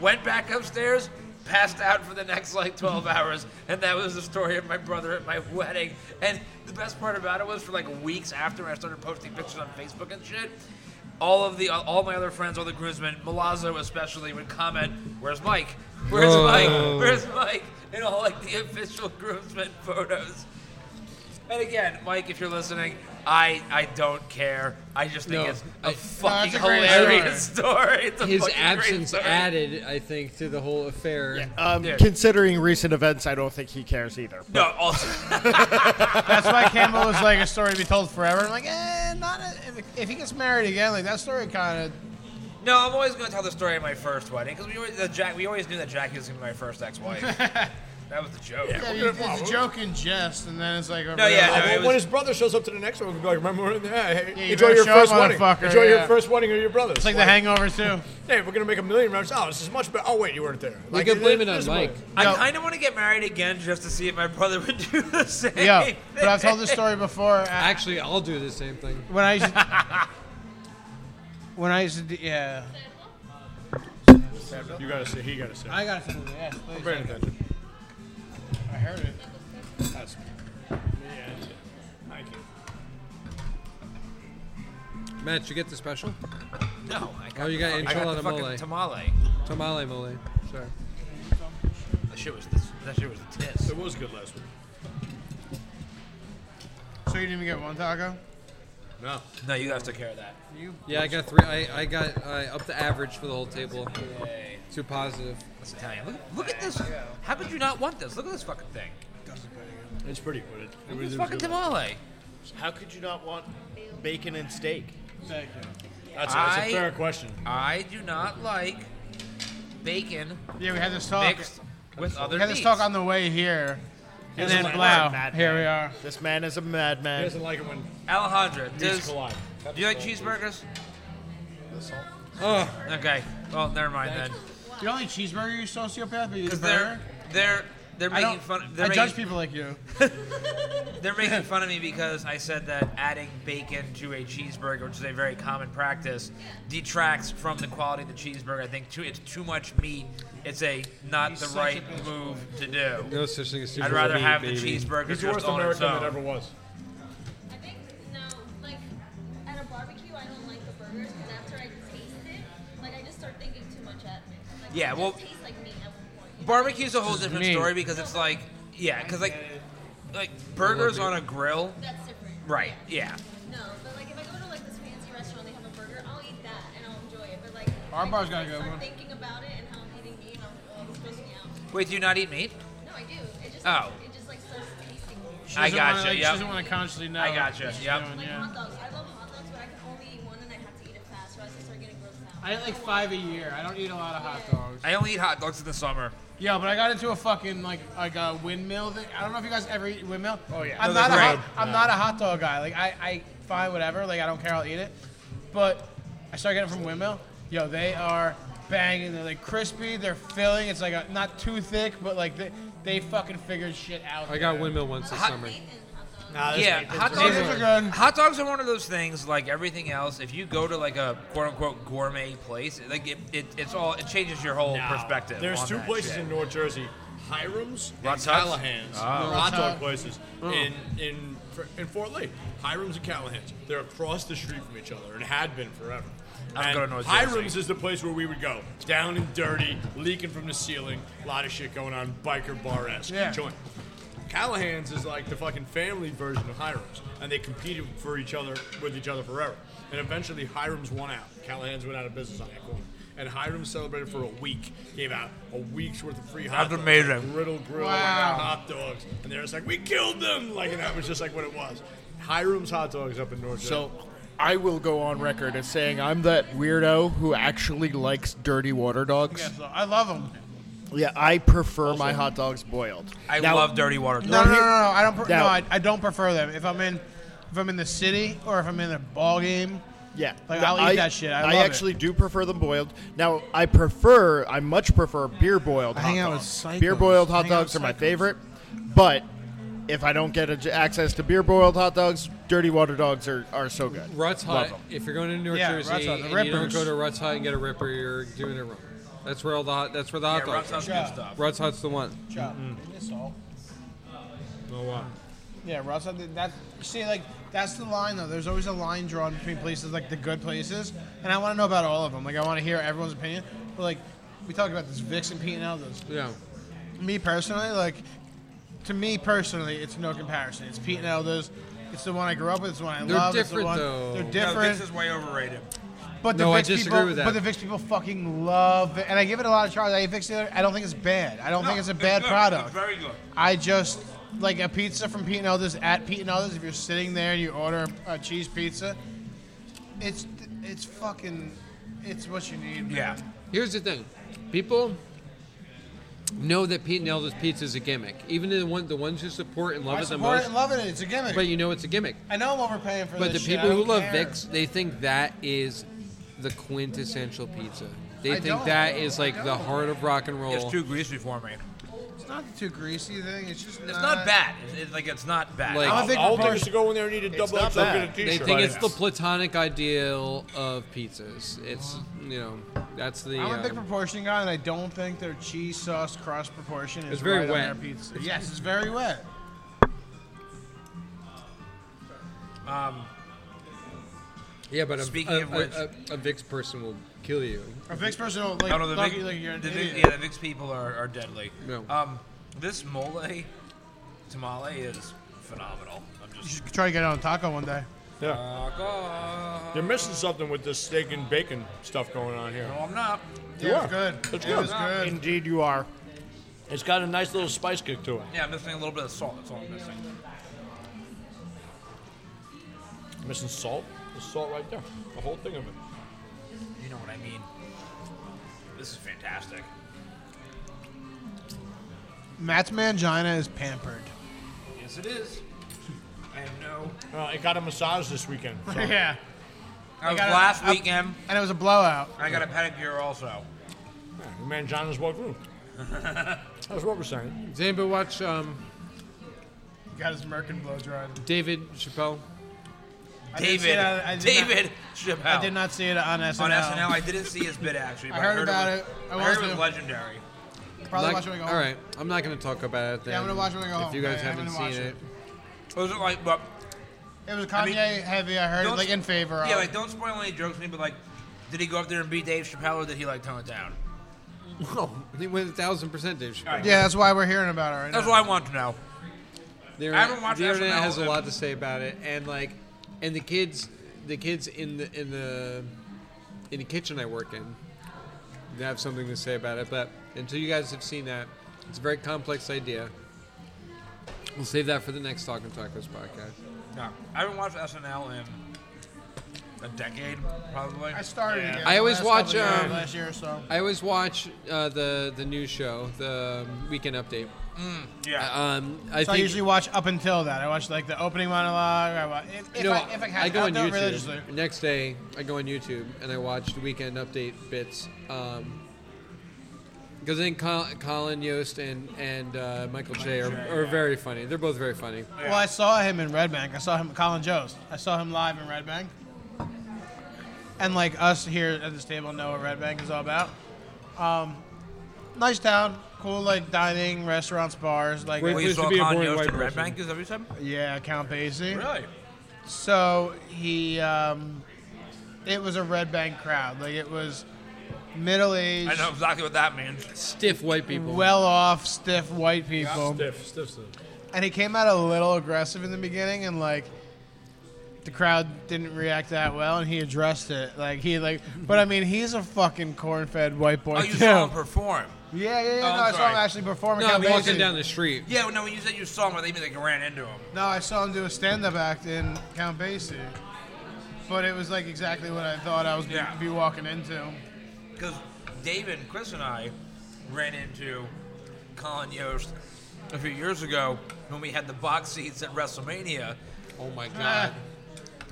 E: Went back upstairs, passed out for the next like 12 hours, and that was the story of my brother at my wedding. And the best part about it was for like weeks after I started posting pictures on Facebook and shit. All of the all my other friends, all the groomsmen, Milazzo especially, would comment, "Where's Mike? Where's Mike? Where's Mike?" In all like the official groomsmen photos. And again, Mike, if you're listening, I I don't care. I just think
G: No,
E: it's a
G: I-
E: fucking
B: No, it's a great
E: hilarious story. It's a
G: His
E: fucking great
G: absence
E: story.
G: added, I think, to the whole affair.
C: Um,
E: Yeah.
C: considering recent events, I don't think he cares either.
E: No, also
B: That's why Campbell was like a story to be told forever. I'm like, eh, not a, if, if he gets married again, like that story kind of.
E: no. I'm always going to tell the story of my first wedding because we always the Jack. We always knew that Jackie was going to be my first ex-wife. that was the joke.
B: It's a joke and jest, and then it's like.
E: No, yeah, no, it
F: Well,
E: was-
F: when his brother shows up to the next one, we'll be like, remember when? Yeah, hey,
B: you
F: enjoy
B: better
F: your
B: show up,
F: first wedding.
B: motherfucker,
F: Enjoy
B: yeah.
F: your first wedding of your brother's.
B: It's like The Hangover too.
F: Hey, we're gonna make a million rounds. Oh, this is much better. Oh wait, you weren't there.
G: We could blame it on
F: this
G: Mike.
F: one.
E: I
B: No.
E: kind of want to get married again just to see if my brother would do the same.
B: Yeah, but I've told this story before. uh,
G: Actually, I'll do the same thing.
B: When I used to, when I used to, do, yeah,
F: You gotta say. He gotta say.
B: I got something. Yes, please.
F: Paying attention.
B: I heard it.
F: That's. Yeah. that's it. I can't.
G: Matt, did you get the special?
E: No, I got
G: Oh, you got
E: the, I got
G: enchilada
E: the fucking
G: mole.
E: tamale.
G: Tamale mole. Sorry.
E: That shit was this, that shit was the tits.
F: It was good last week.
B: So you didn't even get one taco?
F: No.
E: No, you guys took care of that.
G: Yeah, I got three. I, I got I up the average for the whole table.
E: Yay.
G: Too positive.
E: That's Italian. Look, look at this. How could you not want this? Look at this fucking thing.
F: It's pretty. But it, it was
E: It's
F: it was
E: fucking
F: good.
E: tamale.
C: How could you not want bacon and steak?
B: Thank you.
F: That's, a- that's
E: I-
F: a fair question.
E: I do not like bacon
B: Yeah, we had this talk.
E: mixed with other
B: We had this
E: meats.
B: talk on the way here, and
F: This
B: then
F: is like
B: Blau.
C: Mad
B: Here
C: Men.
B: we are.
C: This man is a
F: He
C: madman.
F: doesn't like it when
E: Alejandra,
F: these
E: does, do
F: collide.
E: you like cheeseburgers?
G: Oh,
E: Okay. Well, never mind then.
B: You're only cheeseburger, you sociopath, but you
E: Because
B: burger.
E: they're they're they're
B: I
E: making
B: don't.
E: fun. They're
B: I
E: making,
B: judge people like you.
E: They're making fun of me because I said that adding bacon to a cheeseburger, which is a very common practice, detracts from the quality of the cheeseburger. I think too, it's too much meat. It's a not
B: He's
E: the
B: such a
E: right
B: bitch.
E: move to do.
G: no such thing as
E: I'd
G: super
E: rather
G: meat,
E: have the
G: baby.
E: cheeseburger
F: He's the
E: just
F: worst
E: on its
F: American that
E: own.
F: ever was.
I: I think no, like at a barbecue, I don't like the burgers because after I taste it, like I just start thinking too much at me. Like,
E: Yeah,
I: it
E: well-
I: just tastes like meat at one point.
E: Barbecue's a whole different
B: meat.
E: story because it's like yeah, because like like burgers on a grill.
I: That's different.
E: Right. Yeah.
I: Yeah. No, but like if I go to like this fancy restaurant, they have a burger, I'll eat that and I'll enjoy it. But like
B: Our
I: I
B: bar's
I: just,
B: got a
I: like,
B: good
I: start
B: one.
I: Thinking about it and how I'm eating meat, I'm, oh, it's grossing me out.
E: Wait, do you not eat meat?
I: No, I do. It just
E: Oh.
I: it just like starts tasting weird.
B: She
E: I
B: doesn't wanna,
E: gotcha,
B: Like,
E: yep.
B: She doesn't want to consciously know.
E: I gotcha,
B: what she's
E: yep.
B: doing,
I: Like
B: yeah.
I: hot dogs, I love hot dogs, but I can only eat one and I have to eat it fast, or else I start getting grossed out.
B: I eat like five a year. I don't eat a lot of hot dogs.
E: I only eat hot dogs in the summer.
B: Yeah, but I got into a fucking like like a windmill thing. I don't know if you guys ever eat windmill. Oh
F: yeah.
B: I'm
E: No,
B: not a
E: they're
B: hot,
E: great.
B: I'm not a hot dog guy. Like I I fine whatever. Like I don't care. I'll eat it. But I started getting it from windmill. Yo, they are banging. They're like crispy. They're filling. It's like a, not too thick, but like they they fucking figured shit out.
G: I got windmill once this
E: Hot-
G: summer.
E: yeah, hot dogs
B: Nathan's are good.
E: Hot dogs are one of those things, like everything else. If you go to like a quote unquote gourmet place, like it, it it's all it changes your whole perspective.
F: There's
E: on
F: two
E: that
F: places
E: shit.
F: in North Jersey, Hiram's and
E: Hot Dogs?
F: Callahan's.
E: Oh.
F: They're
B: Hot-
F: hot dog places in in in Fort Lee. Hiram's and Callahan's. They're across the street from each other and had been forever.
E: I'm
F: And
E: going to North Jersey.
F: Hiram's is the place where we would go, down and dirty, leaking from the ceiling, a lot of shit going on, biker bar esque
B: Yeah.
F: joint. Callahan's is like the fucking family version of Hiram's, and they competed for each other with each other forever. And eventually, Hiram's won out. Callahan's went out of business on that corner, and Hiram's celebrated for a week. Gave out a week's worth of free hot dogs,
E: That's amazing.
F: griddle grill,
B: Wow.
F: like, hot dogs, and they're just like, "We killed them!" Like, and that was just like what it was. Hiram's hot dogs up in North.
C: So I will go on record as saying I'm that weirdo who actually likes dirty water
B: Yeah,
C: dogs.
B: so I love them.
C: Yeah, I prefer my hot dogs boiled.
E: I
C: Now-
E: love dirty water.
B: No, no, no, no, no. I don't. Pre-
C: Now-
B: no, I, I don't prefer them. If I'm in, if I'm in the city or if I'm in a ball game.
C: Yeah,
B: Like, I'll eat
C: I,
B: that shit. I love it.
C: actually do prefer them boiled. Now I prefer, I much prefer beer boiled
B: I
C: hot
B: hang out with
C: dogs.
B: psychos.
C: beer boiled hot
B: Hang out
C: dogs are
B: with
C: my
B: psychos.
C: favorite, but If I don't get a j access to beer boiled hot dogs, dirty water dogs are, are so good.
G: Ruts
C: Love
G: Hut.
C: 'em.
G: If you're going to New
B: Yeah, Ruts
G: Jersey
B: Hut, the
G: and you don't
B: Rippers.
G: go to Ruts Hut and get a ripper, you're doing it wrong. That's where all the hot, that's where the hot
E: Yeah,
G: dogs.
E: Russ Hut's
B: Yeah.
E: good stuff.
G: are. Ruts Hut's the one.
B: Chop. This all.
F: Oh
G: uh,
F: wow.
B: Yeah, Russ. I think That you see, like that's the line though. There's always a line drawn between places like the good places, and I want to know about all of them. Like I want to hear everyone's opinion. But like we talked about this Vixen Pete and Aldo's.
G: Yeah.
B: Me personally, like to me personally, it's no comparison. It's Pete and Aldo's. It's the one I grew up with. It's the one I
G: They're
B: love. it's the
G: different,
B: one,
G: though.
B: They're
E: No,
B: different.
E: this is way overrated.
B: But the
G: No, I
B: Vicks
G: disagree
B: people,
G: with that.
B: But the Vicks people fucking love it, and I give it a lot of tries. I Vicks dealer. I don't think it's bad. I don't
E: No,
B: think it's a
E: it's
B: bad
E: good.
B: product.
E: It's very good.
B: I just like a pizza from Pete and Elders at Pete and Elders. If you're sitting there and you order a, a cheese pizza, it's it's fucking it's what you need. man.
E: Yeah.
G: Here's the thing, people know that Pete and Elda's pizza is a gimmick. Even the one, the ones who support and love
B: I
G: it the
B: support it
G: most,
B: and love it. It's a gimmick.
G: but you know it's a gimmick.
B: I know I'm overpaying for
G: But the
B: this. shit. I
G: people who
B: don't
G: love
B: care.
G: Vicks, they think that is the quintessential pizza. They
B: I
G: think
B: don't.
G: that is like
B: I
G: the
B: don't.
G: heart of rock and roll.
E: It's too greasy for me.
B: it's not the too greasy thing. It's just
E: It's not bad. It's, it's like it's not bad.
G: Like-
E: I'll-
B: I think
F: All
B: we're
F: I
B: both-
F: used to go in there and eat a double
C: not
F: XL get a
C: bad.
F: t-shirt.
G: they think it's
F: Yes.
G: the platonic ideal of pizzas. It's you know that's the.
B: I'm a big
G: um,
B: proportion guy, and I don't think their cheese sauce cross proportion is
G: It's very
B: right
G: wet.
B: on their pizza. Yes, it's very wet.
G: yeah, but a,
E: Speaking
G: a,
E: of
G: a-
E: which-
G: a, a Vicks person will kill you.
B: A Vicks person will like,
E: I don't know, the
B: look
E: Vic-
B: at you like you're an
E: the Vic-
B: idiot.
E: yeah, the Vicks people are, are deadly.
G: No.
E: Um, this mole tamale is phenomenal. I'm
B: You
E: just
B: should try to get it on taco one day.
F: Yeah.
E: Fuck off.
F: You're missing something with this steak and bacon stuff going on here.
E: No, I'm not.
B: Yeah, it was good.
F: It's
B: it
F: good.
B: was good.
C: Indeed, you are.
F: It's got a nice little spice kick to it.
E: Yeah, I'm missing a little bit of salt. That's all I'm missing.
F: Missing salt. There's salt right there. The whole thing of it.
E: You know what I mean. This is fantastic.
B: Matt's mangina is pampered.
E: Yes, it is. I have no.
F: Uh, it got a massage this weekend. so-
B: yeah.
E: I was
B: got a-
E: last
B: I-
E: weekend.
B: And it was a blowout.
E: I got a pedicure also.
F: Your man John is well groomed. That's what we're saying.
G: Does anybody watch um,
B: He got his merkin blow dried.
G: David Chappelle?
B: I didn't see it
E: David.
B: on- I did not-
E: David Chappelle.
B: I did not see it on SNL.
E: on SNL. I didn't see his bit actually.
B: I
E: But
B: heard about
E: was-
B: it. I
E: I,
B: wanted
E: heard it
B: to.
E: was legendary.
B: Probably
G: Like-
B: watch it when I go
G: all
B: home.
G: right, I'm not going to talk about it. Then,
B: Yeah, I'm gonna watch it when I go
G: If
B: home.
G: you guys
B: Yeah, I'm
G: haven't
B: gonna
G: seen
B: watch
G: it,
E: Was it like but
B: It was Kanye
E: I mean,
B: heavy. I heard it
E: don't-
B: like in favor of.
E: yeah, like don't spoil any jokes to me, but like, did he go up there and beat Dave Chappelle or did he like tone it down?
G: he went a thousand percent Dave Chappelle.
B: Yeah, that's why we're hearing about it right
E: That's
B: now.
E: what I want to know.
G: The
E: I
G: internet,
E: haven't watched
G: the internet
E: SNL.
G: has a lot to say about it, and like, and the kids, the kids in the in the in the kitchen I work in, they have something to say about it. But until you guys have seen that, it's a very complex idea. We'll save that for the next Talking Tacos podcast.
E: No, I haven't watched SNL in a decade probably.
B: I started again.
G: I always
B: last
G: watch,
B: couple of years,
G: um,
B: last year or so.
G: I always watch uh, the the news show, the um, Weekend Update.
E: yeah.
G: Um, I
B: So I
G: think
B: usually watch up until that. I watch like the opening monologue. I watch, if, if
G: you know,
B: I, if I, can,
G: go
B: I'll
G: on
B: do it religiously.
G: YouTube. Next day, I go on YouTube and I watch the weekend update bits. Um, because I think Col- Colin Yost and and uh, Michael Che are, are very funny. They're both very funny.
B: Well, I saw him in Red Bank. I saw him, Colin Jost. I saw him live in Red Bank. And like us here at this table know what Red Bank is all about. Um, nice town, cool like dining, restaurants, bars. Like
E: we
G: pleased
E: saw
G: to be a
E: Kanye
G: boring
E: West
G: white
E: in Red
G: person.
E: Bank. Is that what you said?
B: yeah, Count Basie.
E: Really?
B: So he, um, it was a Red Bank crowd. Like it was middle aged,
E: I know exactly what that means.
G: Stiff white people.
B: well off, stiff white people.
F: Stiff, stiff, stiff.
B: And he came out a little aggressive in the beginning, and like the crowd didn't react that well, and he addressed it. Like he like, but I mean, he's a fucking corn-fed white boy
E: Oh,
B: too.
E: you saw him perform.
B: yeah, yeah, yeah.
E: Oh,
B: no,
E: I'm
B: I saw
E: sorry.
B: him actually perform.
G: no,
B: at
G: I'm
B: Count
G: walking
B: Basie.
G: down the street.
E: Yeah, no, when you said you saw him, I think you like ran into him.
B: No, I saw him do a stand-up act in Count Basie, but it was like exactly what I thought I was gonna
E: Yeah.
B: be walking into.
E: Because David, Chris, and I ran into Colin Yost a few years ago when we had the box seats at WrestleMania. Ah.
G: Oh my god.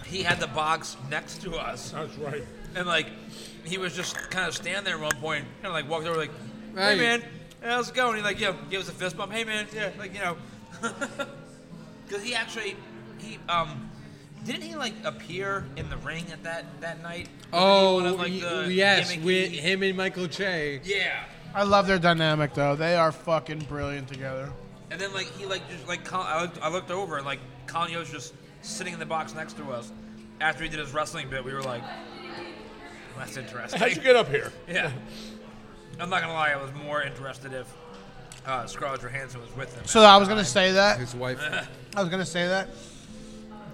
E: He had the box next to us,
F: That's right.
E: and like he was just kind of standing there at one point, and like walked over like, "Hey
G: Hey.
E: man, how's it going?" He like, you know, gave us a fist bump. "Hey man, yeah," like you know. because he actually he um didn't he like appear in the ring at that that night? Wasn't he one
G: Oh,
E: of, like,
G: y-
E: the
G: yes,
E: gimmicky-
G: with him and Michael Che.
E: Yeah,
B: I love their dynamic though. They are fucking brilliant together.
E: and then like he like just like Con- I, looked, I looked over and like Kanye was just sitting in the box next to us. After he did his wrestling bit, we were like, "That's interesting."
F: How'd you get up here?
E: Yeah. I'm not gonna lie, I was more interested if uh, Scarlett Johansson was with him.
B: So I was gonna say that.
G: His wife.
B: I was gonna say that.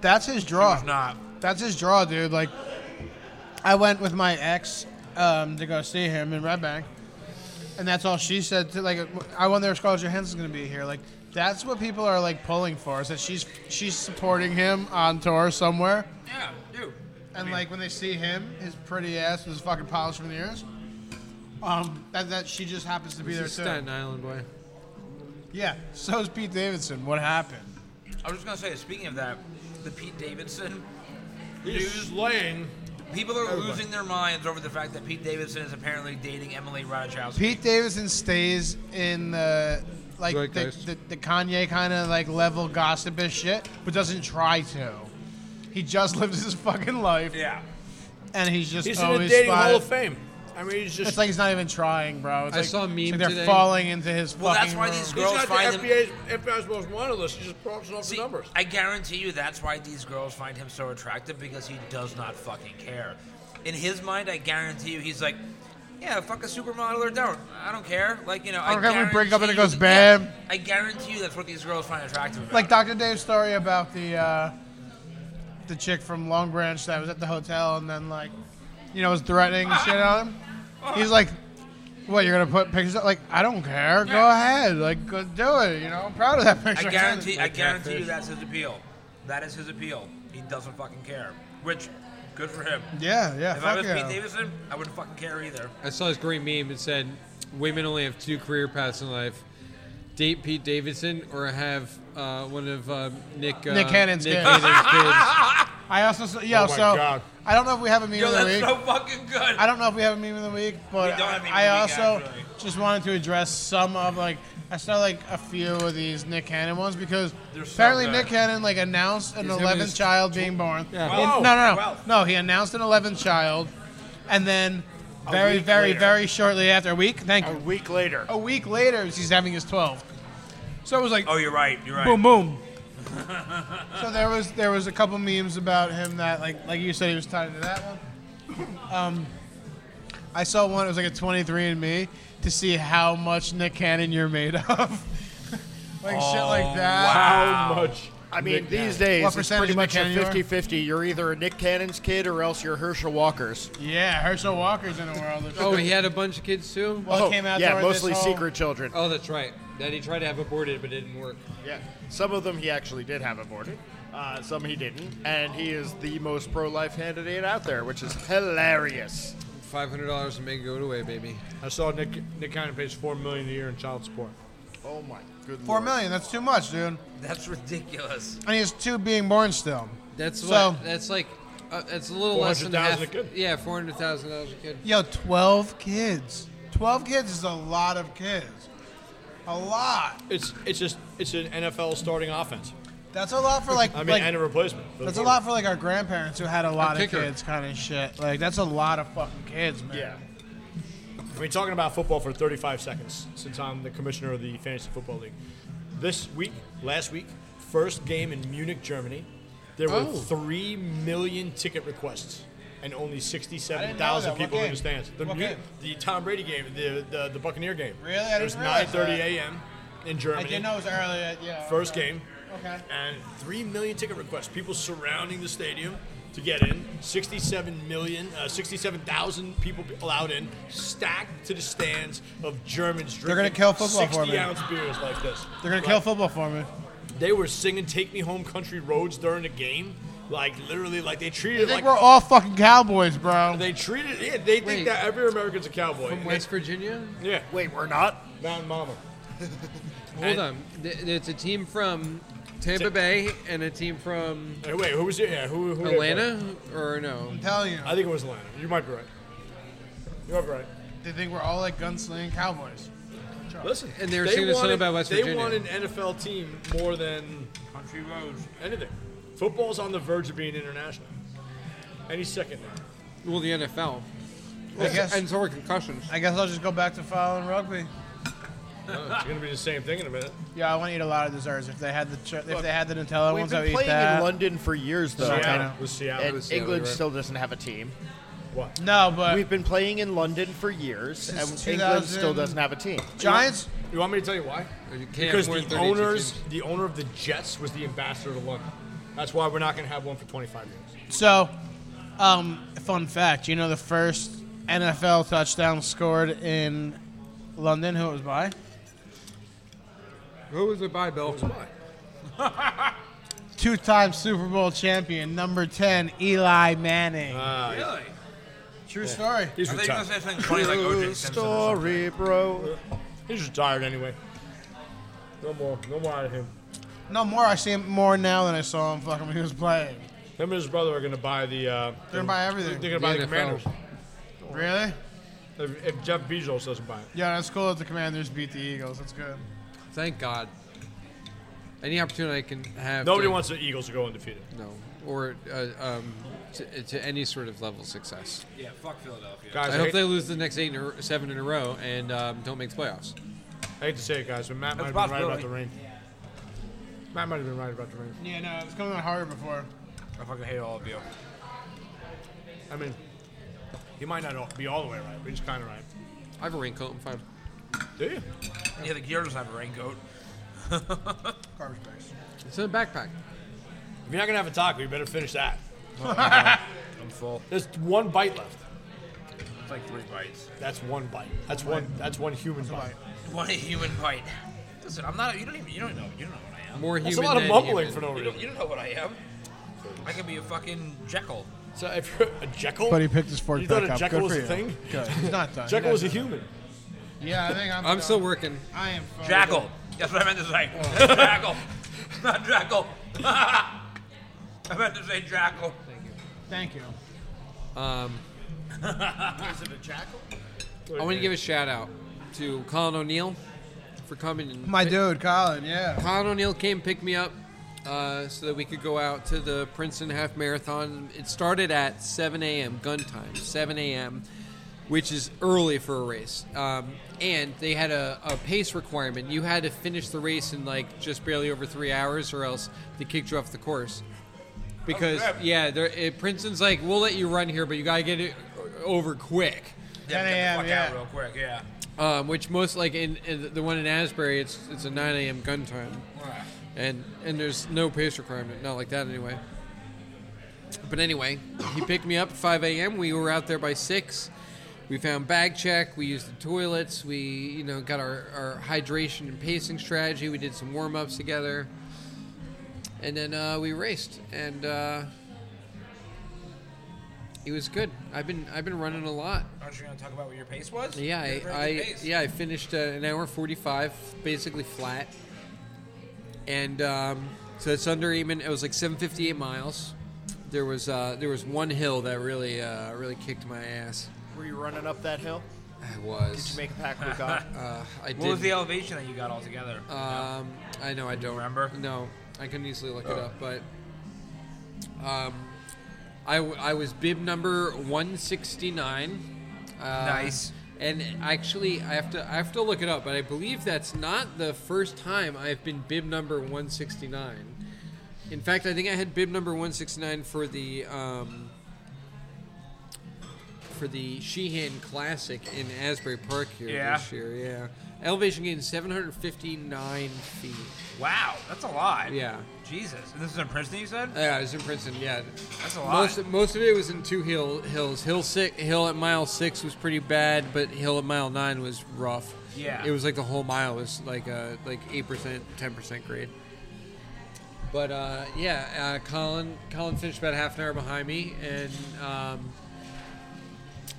B: That's his
E: She
B: draw.
E: was not.
B: That's his draw, dude. Like, I went with my ex um, to go see him in Red Bank, and that's all she said. To, like, I wonder if Scarlett Johansson's gonna be here. Like, that's what people are like pulling for is that she's she's supporting him on tour somewhere.
E: Yeah, dude.
B: And like when they see him, his pretty ass was fucking polished from the ears. Um, that, that she just happens to be
G: He's
B: there
G: a
B: too.
G: Staten Island boy.
B: Yeah. So is Pete Davidson. What happened?
E: I was just gonna say, speaking of that, the Pete Davidson,
F: He's slaying.
E: people are losing their minds over the fact that Pete Davidson is apparently dating Emily Ratajkowski.
B: Pete Davidson stays in the like
G: Right,
B: the,
G: guys.
B: the, the Kanye kind of like level gossipish shit, but doesn't try to. He just lives his fucking life,
E: Yeah.
B: and Oh, he's just
F: He's in the
B: always
F: dating
B: spotted-
F: hall of fame. I mean, he's just.
B: It's like he's not even trying, bro. It's
G: I
B: like,
G: saw a
B: it's
G: meme
B: like they're
G: today.
B: falling into his.
E: Well, that's
B: fucking
E: why
B: world.
E: these
F: he's
E: girls
F: not the
E: find him.
F: FBA's, FBI's most wanted list. He's just crossing off
E: See,
F: the numbers.
E: I guarantee you that's why these girls find him so attractive because he does not fucking care. In his mind, I guarantee you, he's like, yeah, fuck a supermodel or don't. I don't care. Like, you know, I
B: don't care if we break up and it
E: guarantee
B: goes
E: you-
B: bad.
E: yeah, I guarantee you that's what these girls find attractive about.
B: like
E: him.
B: Dr. Dave's story about the uh, the chick from Long Branch that was at the hotel and then like, you know, was threatening shit on him. He's like, "What? You're gonna put pictures up? Like, I don't care. Go ahead. Like, go do it. You know, I'm proud of that picture.
E: I guarantee, I
B: Like,
E: guarantee you that's his appeal. That is his appeal. He doesn't fucking care. Which, good for him.
B: Yeah, yeah.
E: If
B: fuck
E: I was Pete
B: yeah.
E: Davidson, I wouldn't fucking care either.
G: I saw this great meme. It said, "Women only have two career paths in life: date Pete Davidson or have uh, one of uh, Nick uh,
B: Nick Cannon's
G: Nick
B: kids.
G: Cannon's kids."
B: I also saw, yeah.
F: Oh my
B: so
F: God.
B: I don't know if we have a meme
E: Yo,
B: of the
E: that's
B: week.
E: so fucking good.
B: I don't know if we have a meme of the week, but
E: We don't have a meme
B: I
E: of the week,
B: also
E: actually.
B: just wanted to address some of like I saw like a few of these Nick Cannon ones because
E: They're so
B: apparently
E: good.
B: Nick Cannon like announced an
G: having
B: eleventh
G: his
B: child being born.
G: Yeah.
B: In-
E: Wow.
B: no, no, no,
E: Wow.
B: no. He announced an eleventh child, and then very,
F: week
B: very,
F: later.
B: very shortly after a week. Thank
F: A
B: you.
F: week later.
B: A week later, he's having his twelfth. So it was like
E: oh, you're right. You're right.
B: boom, boom. so there was there was a couple memes about him that like like you said he was tied to that one. Um, I saw one. It was like a 23 and Me to see how much Nick Cannon you're made of, like shit like that.
F: How much?
C: I mean, these days,
B: What
C: it's
B: percentage
C: pretty
B: of
C: much a
B: Nick Cannon you are?
C: 50 50. You're either a Nick Cannon's kid or else you're Herschel Walker's.
B: Yeah, Herschel Walker's in the world.
G: Oh, he had a bunch of kids too.
B: Well, it came out
C: Oh, yeah,
B: during this
C: mostly
B: whole-
C: secret children.
G: Oh, that's right. That he tried to have aborted, but it didn't work.
C: Yeah, some of them he actually did have aborted, uh, some he didn't, and he is the most pro-life candidate out there, which is hilarious.
G: Five hundred dollars and make it go away, baby.
F: I saw Nick Nick Cannon pays four million a year in child support.
C: Oh my good
B: Four
C: lord!
B: million. That's too much, dude.
E: That's ridiculous.
B: And he has two being born still.
G: That's
B: So-
G: what. That's like. Uh, that's a little less than
F: 400,000
G: half.
F: a kid.
G: Yeah, four hundred thousand dollars a kid.
B: Yo, 12 kids. 12 kids is a lot of kids. A lot.
F: It's it's just it's an NFL starting offense.
B: That's a lot for like
F: I mean,
B: like
F: and a replacement. for the
B: That's a
F: quarterback.
B: lot for like our grandparents who had a lot of
G: kicker.
B: kids, kind of shit. Like that's a lot of fucking kids, man.
C: Yeah,
F: I mean, talking about football for 35 seconds, since I'm the commissioner of the Fantasy Football League. This week, last week, first game in Munich, Germany, there
B: Oh.
F: were 3 million ticket requests and only
B: I
F: 67,000
B: didn't know that. What
F: people in
B: game?
F: the stands. The,
B: What
F: Mu-
B: game?
F: the Tom Brady game, the, the, the Buccaneer game.
B: Really? I
F: It was
B: didn't realize
F: 9.30
B: that.
F: a.m. in Germany.
B: I didn't know it was earlier. Yeah.
F: First
B: okay.
F: game.
B: Okay.
F: And 3 million ticket requests. People surrounding the stadium to get in. 67 million, uh, 67,000 people allowed in, stacked to the stands of Germans drinking
B: They're gonna kill football for
F: 60
B: me.
F: ounce beers like this.
B: They're gonna
F: Like,
B: kill football for me.
F: They were singing Take Me Home Country Roads during the game. Like, literally, like they treated
B: I
F: it
B: think
F: like.
B: we're all fucking cowboys, bro.
F: they treated yeah, they think
G: Wait.
F: that every American's a cowboy.
G: From West Virginia.
F: yeah,
C: wait, we're not.
F: Mountain Mama.
G: Hold
F: And-
G: on. Th- It's a team from Tampa Bay and a team from
F: Hey, wait, who was it? Yeah, who, who did they play?
G: Atlanta, or no?
B: I'm telling you,
F: I think it was Atlanta. You might be right. You might be right.
B: they think we're all like gunslinging cowboys.
F: Listen,
G: And they were saying this
F: wanted,
G: thing about West
F: They
G: Virginia.
F: want an NFL team more than
E: Country roads.
F: anything. Football's on the verge of being international. Any second now.
G: Well, the NFL.
B: I guess,
G: And so are concussions.
B: I guess I'll just go back to following rugby.
F: Oh, It's going to be the same thing in a minute.
B: Yeah, I want to eat a lot of desserts. If they had the ch- if they had the Nutella
C: We've
B: ones, I
C: been
B: would eat
C: playing
B: that.
C: in London for years, though.
B: Sorry.
F: Seattle.
B: Yeah.
F: With Seattle.
C: And
G: Seattle,
C: England
G: right.
C: still doesn't have a team.
F: what?
B: No, but
C: We've been playing in London for years, and
B: Since
C: England
B: 2000
C: still doesn't have a team.
B: Giants.
F: You want me to tell you why?
G: You can't have
F: Because
G: more than
F: the
G: 32
F: owners,
G: teams.
F: the owner of the Jets was the ambassador to London. That's why we're not going to have one for 25 years.
B: So, um, fun fact. You know the first NFL touchdown scored in London. Who it was by?
G: Who was it by, Bill?
B: Two-time Super Bowl champion, number ten, Eli Manning.
F: Uh,
E: Really?
B: True story.
F: He's
E: Are they gonna
F: retired.
E: say something funny like OJ Simpson? or something?
C: Story, bro.
F: He's retired anyway. No more. No more out of him.
B: No more. I see him more now than I saw him fucking when he was playing.
F: Him and his brother are going to buy the. Uh,
B: They're gonna buy everything.
F: They're going to buy the,
G: The NFL.
F: Commanders.
B: Really?
F: If, if Jeff Bezos doesn't buy it.
B: Yeah, that's cool that the Commanders beat the Eagles. That's good.
G: Thank God. Any opportunity I can have.
F: Nobody
G: to-
F: wants the Eagles to go undefeated.
G: No. Or uh, um, to, to any sort of level of success.
E: Yeah, fuck Philadelphia.
F: Guys,
G: I
F: I,
G: hope
F: hate,
G: they lose the next eight or seven in a row and um, don't make the playoffs.
F: I hate to say it, guys, but Matt might
E: That's
F: have been right about
E: possibility.
F: the rain. Matt might have been right about the rain.
B: Yeah, no, it was coming on harder before.
E: I fucking hate all of you.
F: I mean, he might not all- be all the way right, but he's kind of right.
G: I have a raincoat. I'm fine.
F: Do you?
E: Yeah, the gear doesn't have a raincoat.
B: Garbage bags.
G: It's in a backpack.
F: If you're not gonna have a taco, you better finish that.
E: I'm full.
F: There's one bite left.
E: It's like three bites.
F: That's one bite. That's one. That's one human bite.
E: One human bite. Listen, I'm not. You don't even. You don't know. You don't know what I am.
G: More
F: That's
G: human
F: a lot of
G: than
F: mumbling
G: human.
F: for no
E: You don't,
F: reason.
E: you don't know what I am. I could be a fucking Jekyll.
F: So if you're a Jekyll,
B: But he picked his fork
F: you
B: back
F: thought a
B: up.
F: Jekyll
B: Good
F: was
B: for
F: a
B: you.
F: thing?
B: Good. He's not done.
F: Jekyll was a
B: He's not
F: human.
B: done. Yeah, I think I'm.
G: I'm
B: done.
G: still working.
B: I am. fucking-
E: Jackal. Oh. That's what I meant to say. Jackal. Not Jackal. I meant to say Jackal.
B: Thank you.
G: I want to give a shout out to Colin O'Neill for coming. And
B: My dude, Colin. Yeah.
G: Colin O'Neill came and picked me up uh, so that we could go out to the Princeton Half Marathon. It started at 7 a.m. gun time, 7 a.m., which is early for a race. Um, and they had a, a pace requirement. You had to finish the race in like just barely over three hours, or else they kicked you off the course. Because
E: crap.
G: yeah, they're- it, Princeton's like, we'll let you run here, but you gotta get it over quick.
B: 10
E: Get the
B: a.m.
E: fuck
B: Yeah.
E: out real quick. Yeah.
G: Um, which most like in, in the one in Asbury, it's it's a 9 a.m. gun time, and and there's no pace requirement, not like that anyway. But anyway, he picked me up at 5 a.m. We were out there by six. We found bag check. We used the toilets. We you know got our, our hydration and pacing strategy. We did some warm ups together, and then uh, we raced, and uh, it was good. I've been I've been running a lot.
E: Aren't you gonna talk about what your pace was?
G: Yeah,
E: You had a
G: I,
E: very good
G: I
E: pace.
G: yeah I finished uh, an hour forty five, basically flat, and um, so it's under Eamon. It was like seven fifty eight miles. There was uh, there was one hill that really uh, really kicked my ass.
C: Were you running up that hill?
G: I was.
C: Did you make a pack with God?
G: uh, I
E: What was
G: did.
E: the elevation that you got all together?
G: um, I know I don't
E: Remember? Oh.
G: No, I can easily look it up, but um, I w- I was bib number one sixty nine. Uh,
E: Nice.
G: And actually, I have to I have to look it up, but I believe that's not the first time I've been bib number 169. In fact, I think I had bib number 169 for the um, for the Sheehan Classic in Asbury Park here
E: Yeah.
G: this year. Yeah, elevation gain 759 feet.
E: wow, that's a lot.
G: Yeah. Uh,
E: Jesus. And this is in Princeton, you said?
G: Yeah, it was in Princeton. Yeah,
E: That's a lot.
G: most most of it was in two hill hills. Hill six, hill at mile six was pretty bad, but hill at mile nine was rough.
E: Yeah.
G: it was like the whole mile was like uh like eight percent, ten percent grade. But uh, yeah, uh, Colin Colin finished about half an hour behind me, and um,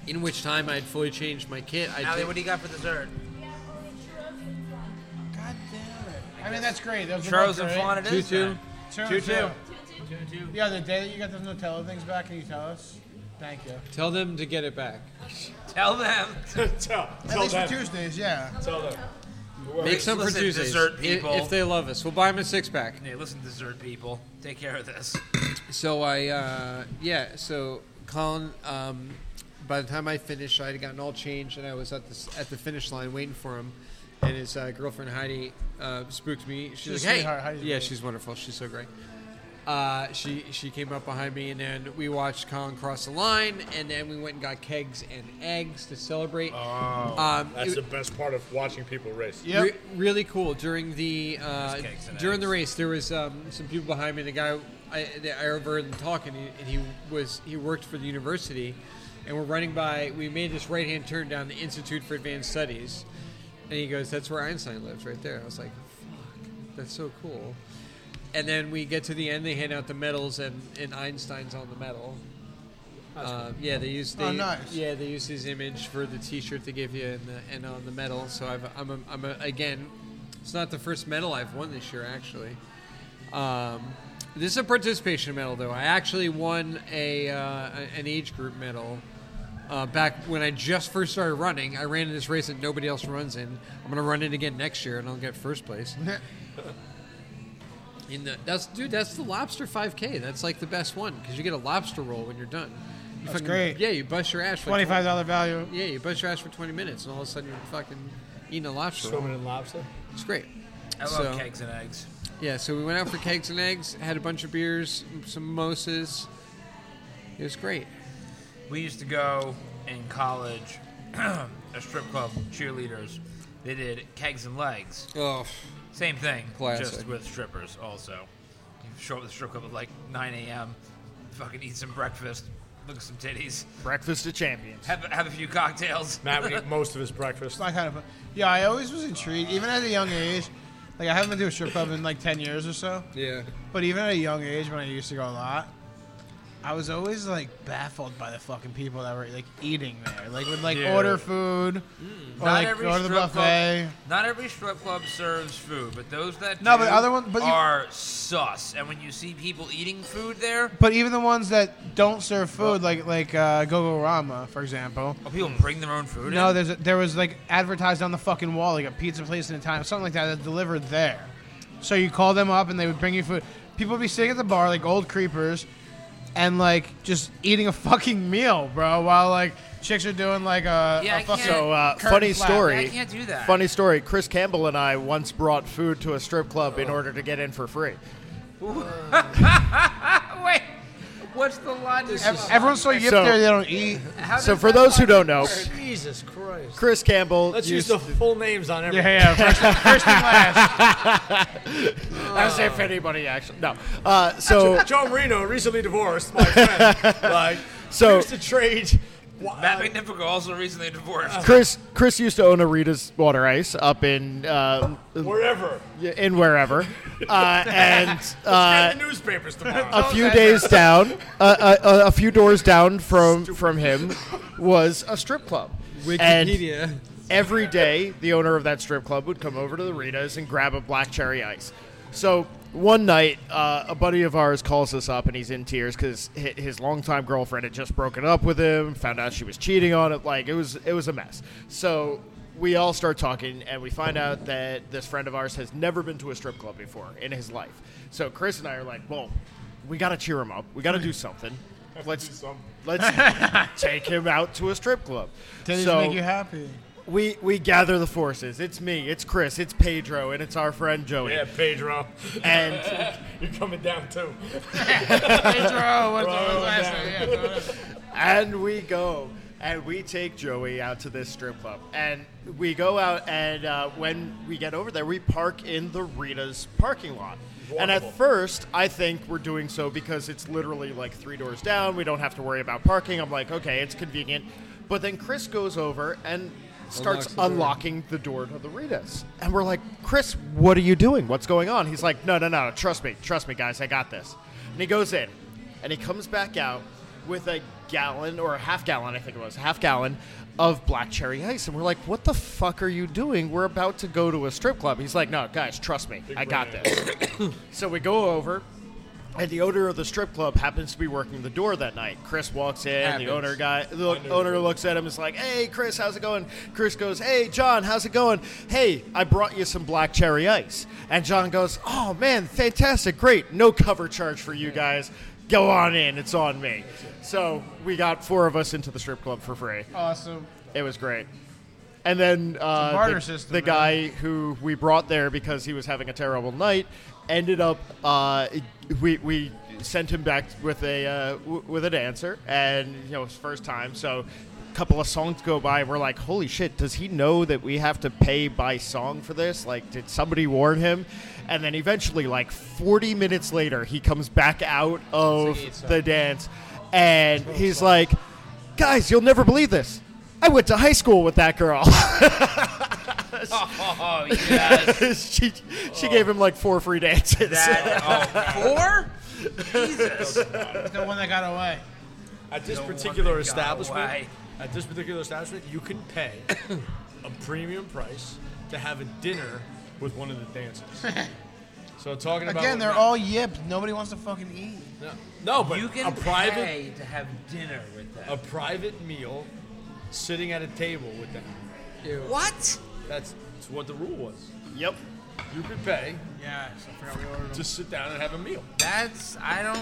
G: in which time I had fully changed my kit. I
E: Allie,
G: did-
E: what do you got for dessert?
B: God damn it. I mean, that's great. Those are
E: Churros
B: both
E: and
B: great.
E: flan it
G: two
E: is.
G: two.
B: Two,
E: Two, two.
B: Yeah, the day that you got those Nutella things back, can you tell us? Thank you.
G: Tell them to get it back.
E: Tell them.
F: tell, tell
B: At least
F: them.
B: for Tuesdays, yeah.
F: Tell them.
G: Make some for
E: Listen,
G: Tuesdays.
E: dessert
G: i-
E: people.
G: If they love us, we'll buy them a six pack.
E: Hey, listen, dessert people, take care of this.
G: So I, uh, yeah. So Colin, um, by the time I finished, I had gotten all changed, and I was at the s- at the finish line waiting for him. And his uh, girlfriend Heidi uh, spooked me. She's,
B: She's a
G: like, "Hey,
B: sweetheart, Heidi's
G: yeah,
B: great.
G: she's wonderful. She's so great." Uh, she she came up behind me, and then we watched Colin cross the line, and then we went and got kegs and eggs to celebrate. Oh, um,
F: That's
G: it-
F: the best part of watching people race.
B: Yep.
G: Re- really cool. During the uh,
E: cakes and
G: during the
E: eggs.
G: race, there was um, some people behind me. The guy I, that I overheard him talking, and he, and he was he worked for the university, and we're running by. We made this right hand turn down the Institute for Advanced Studies, and he goes, "That's where Einstein lives, right there." I was like, "Fuck, that's so cool." And then we get to the end. They hand out the medals, and, and Einstein's on the medal. Uh, yeah, they use they,
B: Oh, nice.
G: yeah they use his image for the T-shirt they give you and, the, and on the medal. So I've, I'm a, I'm a, again, it's not the first medal I've won this year actually. Um, this is a participation medal though. I actually won a uh, a- an age group medal. Uh, back when I just first started running, I ran in this race that nobody else runs in. I'm gonna run it again next year, and I'll get first place. In the that's dude, that's the lobster 5K. That's like the best one because you get a lobster roll when you're done. You
B: That's great.
G: Yeah, you bust your ass. for like
B: Twenty-five dollar value.
G: yeah, you bust your ass for 20 minutes, and all of a sudden you're fucking eating a lobster. roll.
F: in lobster.
G: It's great.
E: I love
G: So-
E: cakes and eggs.
G: Yeah, so we went out for cakes and eggs, had a bunch of beers, some mimosas. It was great.
E: We used to go in college, a strip club, cheerleaders. They did kegs and legs.
G: Oh,
E: Same thing, just
G: Classic.
E: with strippers also. You show up at the strip club at like 9 a.m., fucking eat some breakfast, look at some titties,
C: Breakfast of champions.
E: have, have a few cocktails.
F: Matt would eat most of his breakfast.
B: My kind of. Yeah, I always was intrigued, even at a young age. Like I haven't been to a strip club in like ten years or so.
G: yeah.
B: But even at a young age, when I used to go a lot, I was always like baffled by the fucking people that were like eating there. Like would like
F: Yeah.
B: order food, or like go to the buffet.
E: Club, not every strip club serves food, but those that
B: No,
E: do
B: but other one- but you-
E: are sus. And when you see people eating food there,
B: But even the ones that don't serve food, like like uh, Gogo Rama, for example.
E: oh, people bring their own food.
B: No,
E: in?
B: there's a, there was like advertised on the fucking wall, like a pizza place in a time, something like that, that delivered there. So you call them up and they would bring you food. People would be sitting at the bar like old creepers, and like just eating a fucking meal, bro, while like chicks are doing like a,
E: Yeah,
B: a
E: I
B: fucking.
E: can't-
C: So uh,
B: Curtain
C: funny
B: flap.
C: story.
E: I can't do that.
C: Funny story. Chris Campbell and I once brought food to a strip club
J: Oh.
C: in order to get in for free.
E: Wait, what's the logic?
B: Everyone's so yipped
C: So-
B: there they don't eat.
E: How
C: So
E: does
C: for
E: that
C: those who
E: logic
C: don't know,
J: Jesus Christ.
C: Chris Campbell
J: Let's use
C: used
J: the full names on everything.
B: Yeah, yeah. First, first and last.
C: as if anybody actually no. Uh, so
F: John Reno, recently divorced, my friend. like,
C: So-
F: used to trade.
E: Matt Magnifico also recently divorced.
F: Uh,
C: Chris Chris used to own Arita's Water Ice up in uh,
F: wherever.
C: in wherever, uh, and uh,
F: Get the newspapers tomorrow.
E: Oh,
C: a few days down, uh, a, a, a few doors down from from him, was a strip club. And
G: Wikipedia.
C: every day, the owner of that strip club would come over to the Rita's and grab a black cherry ice. So one night, uh, a buddy of ours calls us up and he's in tears because his longtime girlfriend had just broken up with him, found out she was cheating on it. Like it was, it was a mess. So we all start talking and we find out that this friend of ours has never been to a strip club before in his life. So Chris and I are like, well, we got to cheer him up. We got to do something. Let's let's take him out to a strip club.
B: Titties
C: so
B: make you happy.
C: we we gather the forces. It's me, it's Chris, it's Pedro, and it's our friend Joey.
F: yeah, Pedro.
C: And
F: You're coming down too.
B: Pedro, what's
F: Throw him
B: last
F: down.
B: name? Yeah, throw it
C: and we go and we take Joey out to this strip club. And we go out and uh, when we get over there, we park in the Rita's parking lot. And at
F: Walkable.
C: first, I think we're doing so because it's literally like three doors down. We don't have to worry about parking. I'm like, okay, it's convenient. But then Chris goes over and starts
G: Unlocks the door.
C: unlocking the door to the Rita's. And we're like, Chris, what are you doing? What's going on? He's like, no, no, no, trust me, trust me, guys, I got this. And he goes in and he comes back out with a gallon or a half gallon, I think it was, a half gallon of black cherry ice. And we're like, what the fuck are you doing? We're about to go to a strip club. He's like, no, guys, trust me, I got this. so we go over And the owner of the strip club happens to be working the door that night. Chris walks in. The owner guy, the owner looks at him. Is like, "Hey, Chris, how's it going?" Chris goes, "Hey, John, how's it going?" Hey, I brought you some black cherry ice. And John goes, "Oh man, fantastic, great. No cover charge for you guys. Go on in. It's on me." So we got four of us into the strip club for free.
B: Awesome.
C: It was great. And then uh,
B: barter
C: the,
B: system,
C: the
B: man.
C: guy who we brought there because he was having a terrible night ended up. Uh, we we sent him back with a uh, w- with a dancer, and you know it was first time, so a couple of songs go by, and we're like, "Holy shit! Does he know that we have to pay by song for this? Like, did somebody warn him?" And then eventually, like 40 minutes later, he comes back out of the dance, and he's like, "Guys, you'll never believe this." I went to high school with that girl.
E: Oh, yes.
C: she she gave him like four free dances.
E: Oh. that, oh,
B: Or Jesus, the one that got away.
F: At this
E: No
F: particular
E: wonder God,
F: establishment,
E: why?
F: at this particular establishment, you can pay a premium price to have a dinner with one of the dancers. So talking about
B: Again, they're all yip. Nobody wants to fucking eat.
F: no, no, but
K: You can
F: a private
K: pay to have dinner with them.
F: a private meal, sitting at a table with them.
K: What?
F: That's, that's what the rule was.
C: Yep.
F: You could pay
B: Yes, I forgot we ordered
F: to sit down and have a meal.
E: that's I don't.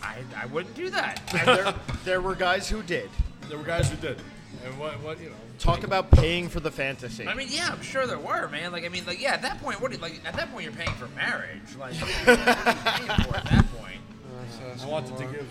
E: I, I wouldn't do that.
C: there, there were guys who did.
F: There were guys who did, and what what you know.
C: Talk about paying for the fantasy.
E: I mean, yeah, I'm sure there were, man. Like, I mean, like, yeah, at that point, what? do you- Like, at that point, you're paying for marriage. Like, what are you paying for at that point?
F: I wanted to give.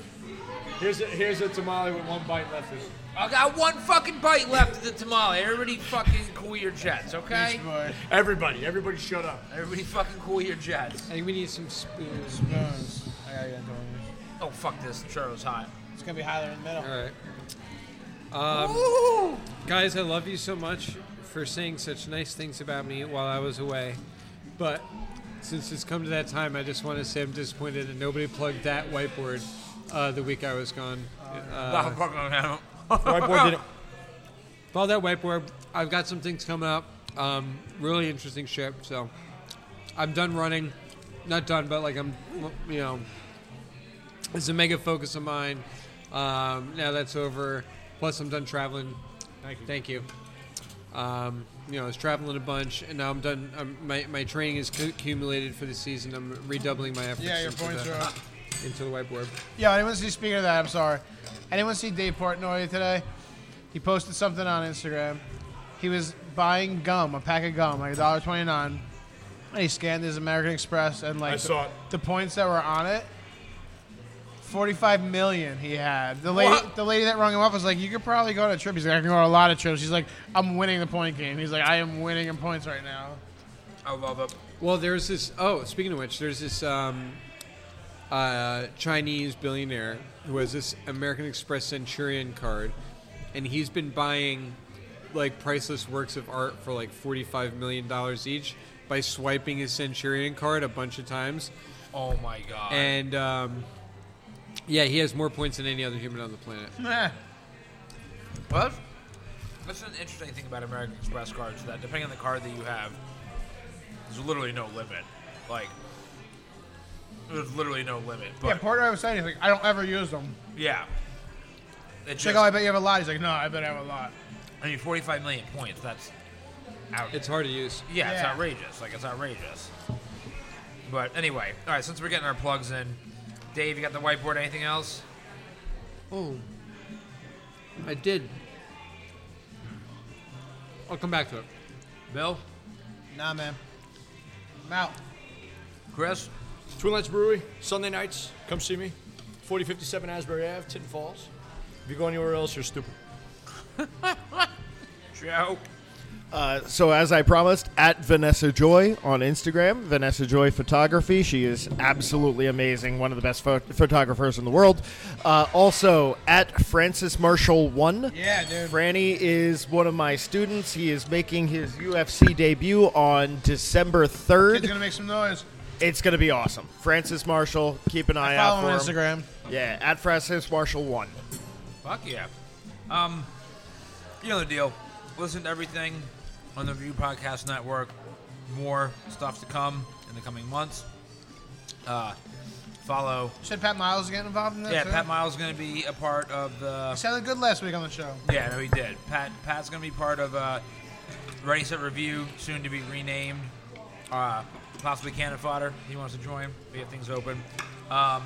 F: Here's a, here's a tamale with one bite left. in it.
E: I got one fucking bite left of the tamale. Everybody fucking cool your jets, okay?
B: Beach Boy.
F: Everybody, everybody, shut up.
E: Everybody fucking cool your jets.
D: I think we need some spoons.
B: Spoons. I gotta get into one of these.
E: Oh fuck this, churro's hot.
B: It's gonna be higher in the middle.
G: All right. Um, guys, I love you so much for saying such nice things about me while I was away. But since it's come to that time, I just want to say I'm disappointed that nobody plugged that whiteboard uh, the week I was gone. Uh, follow that whiteboard. I've got some things coming up. Um, really interesting shit. So I'm done running. Not done, but like I'm, you know, it's a mega focus of mine. Um, now that's over. Plus, I'm done traveling. Thank you. Thank you. Um, you know, I was traveling a bunch, and now I'm done. I'm, my, my training is cu- accumulated for the season. I'm redoubling my efforts
B: Yeah, your
G: into,
B: points
G: the,
B: are up.
G: into the whiteboard.
B: Yo, anyone see speaking of that? I'm sorry. Anyone see Dave Portnoy today? He posted something on Instagram. He was buying gum, a pack of gum, like $1.29. And he scanned his American Express and like
F: I
B: the,
F: saw it.
B: the points that were on it. 45 million he had. The lady the lady that rung him up was like, You could probably go on a trip. He's like, I can go on a lot of trips. He's like, I'm winning the point game. He's like, I am winning in points right now.
E: I love it.
G: Well, there's this. Oh, speaking of which, there's this um, uh, Chinese billionaire who has this American Express Centurion card, and he's been buying like priceless works of art for like forty-five million dollars each by swiping his Centurion card a bunch of times,
E: Oh my god.
G: and um, yeah, he has more points than any other human on the planet.
B: Meh.
E: Well, that's an interesting thing about American Express cards that depending on the card that you have, there's literally no limit. Like, there's literally no limit.
B: Yeah,
E: But
B: Portnoy was saying, he's like, I don't ever use them.
E: yeah, it's
B: She's like, Oh,
E: just
B: I bet you have a lot. He's like, No, I bet I have a lot.
E: I mean, 45 million points. That's out.
G: It's hard to use.
E: yeah, it's
B: Yeah.
E: outrageous. Like it's outrageous. But anyway, all right. Since we're getting our plugs in, Dave, you got the whiteboard. Anything else?
G: Oh, I did. I'll come back to it.
E: Bill,
B: Nah, man. I'm out.
E: Chris,
F: Twin Lights Brewery, Sunday nights. Come see me. 4057 Asbury Ave, Tin Falls. If you go anywhere else, you're stupid.
E: Joe.
C: Uh, so as I promised, at Vanessa Joy on Instagram, Vanessa Joy Photography. She is absolutely amazing, one of the best pho- photographers in the world. Uh, also at Francis Marshall One.
B: Yeah, dude.
C: Franny is one of my students. He is making his UFC debut on December
B: Kid's
C: third.
B: gonna make some noise.
C: It's gonna be awesome. Francis Marshall, keep an eye out
B: Follow
C: for
B: him on
C: him.
B: Instagram.
C: Yeah, at Francis Marshall One.
E: Fuck yeah. Um, you know the deal. Listen to everything on the Review Podcast Network. More stuff to come in the coming months. Uh, follow.
B: Should Pat Miles get involved in that?
E: Yeah,
B: too?
E: Pat Miles is going to be a part of
B: He
E: the.
B: sounded good last week on the show.
E: Yeah, no, he did. Pat Pat's going to be part of uh, Ready Set Review, soon to be renamed. Uh, possibly Cannon Fodder. He wants to join. We have things open. Um,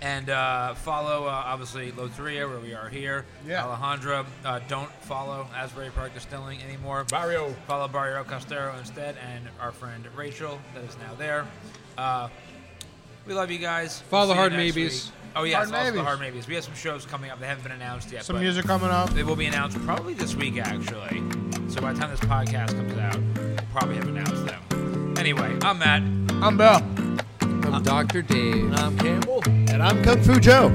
E: and uh, follow uh, obviously Loteria where we are here.
B: Yeah.
E: Alejandra, uh, don't follow Asbury Park Distilling anymore.
F: Barrio.
E: Follow Barrio Costero instead, and our friend Rachel that is now there. Uh, we love you guys.
D: Follow
E: See you
D: Hard
E: next
D: Maybes.
E: week. Oh yes,
B: Hard
E: also the
B: Maybes.
E: Hard Maybes. We have some shows coming up. They haven't been announced yet.
B: Some
E: but
B: music coming up.
E: They will be announced probably this week actually. So by the time this podcast comes out, we'll probably have announced them. Anyway, I'm Matt.
B: I'm Bill.
G: I'm Dr. Dave.
K: Tom Campbell.
C: And I'm Kung Fu Joe.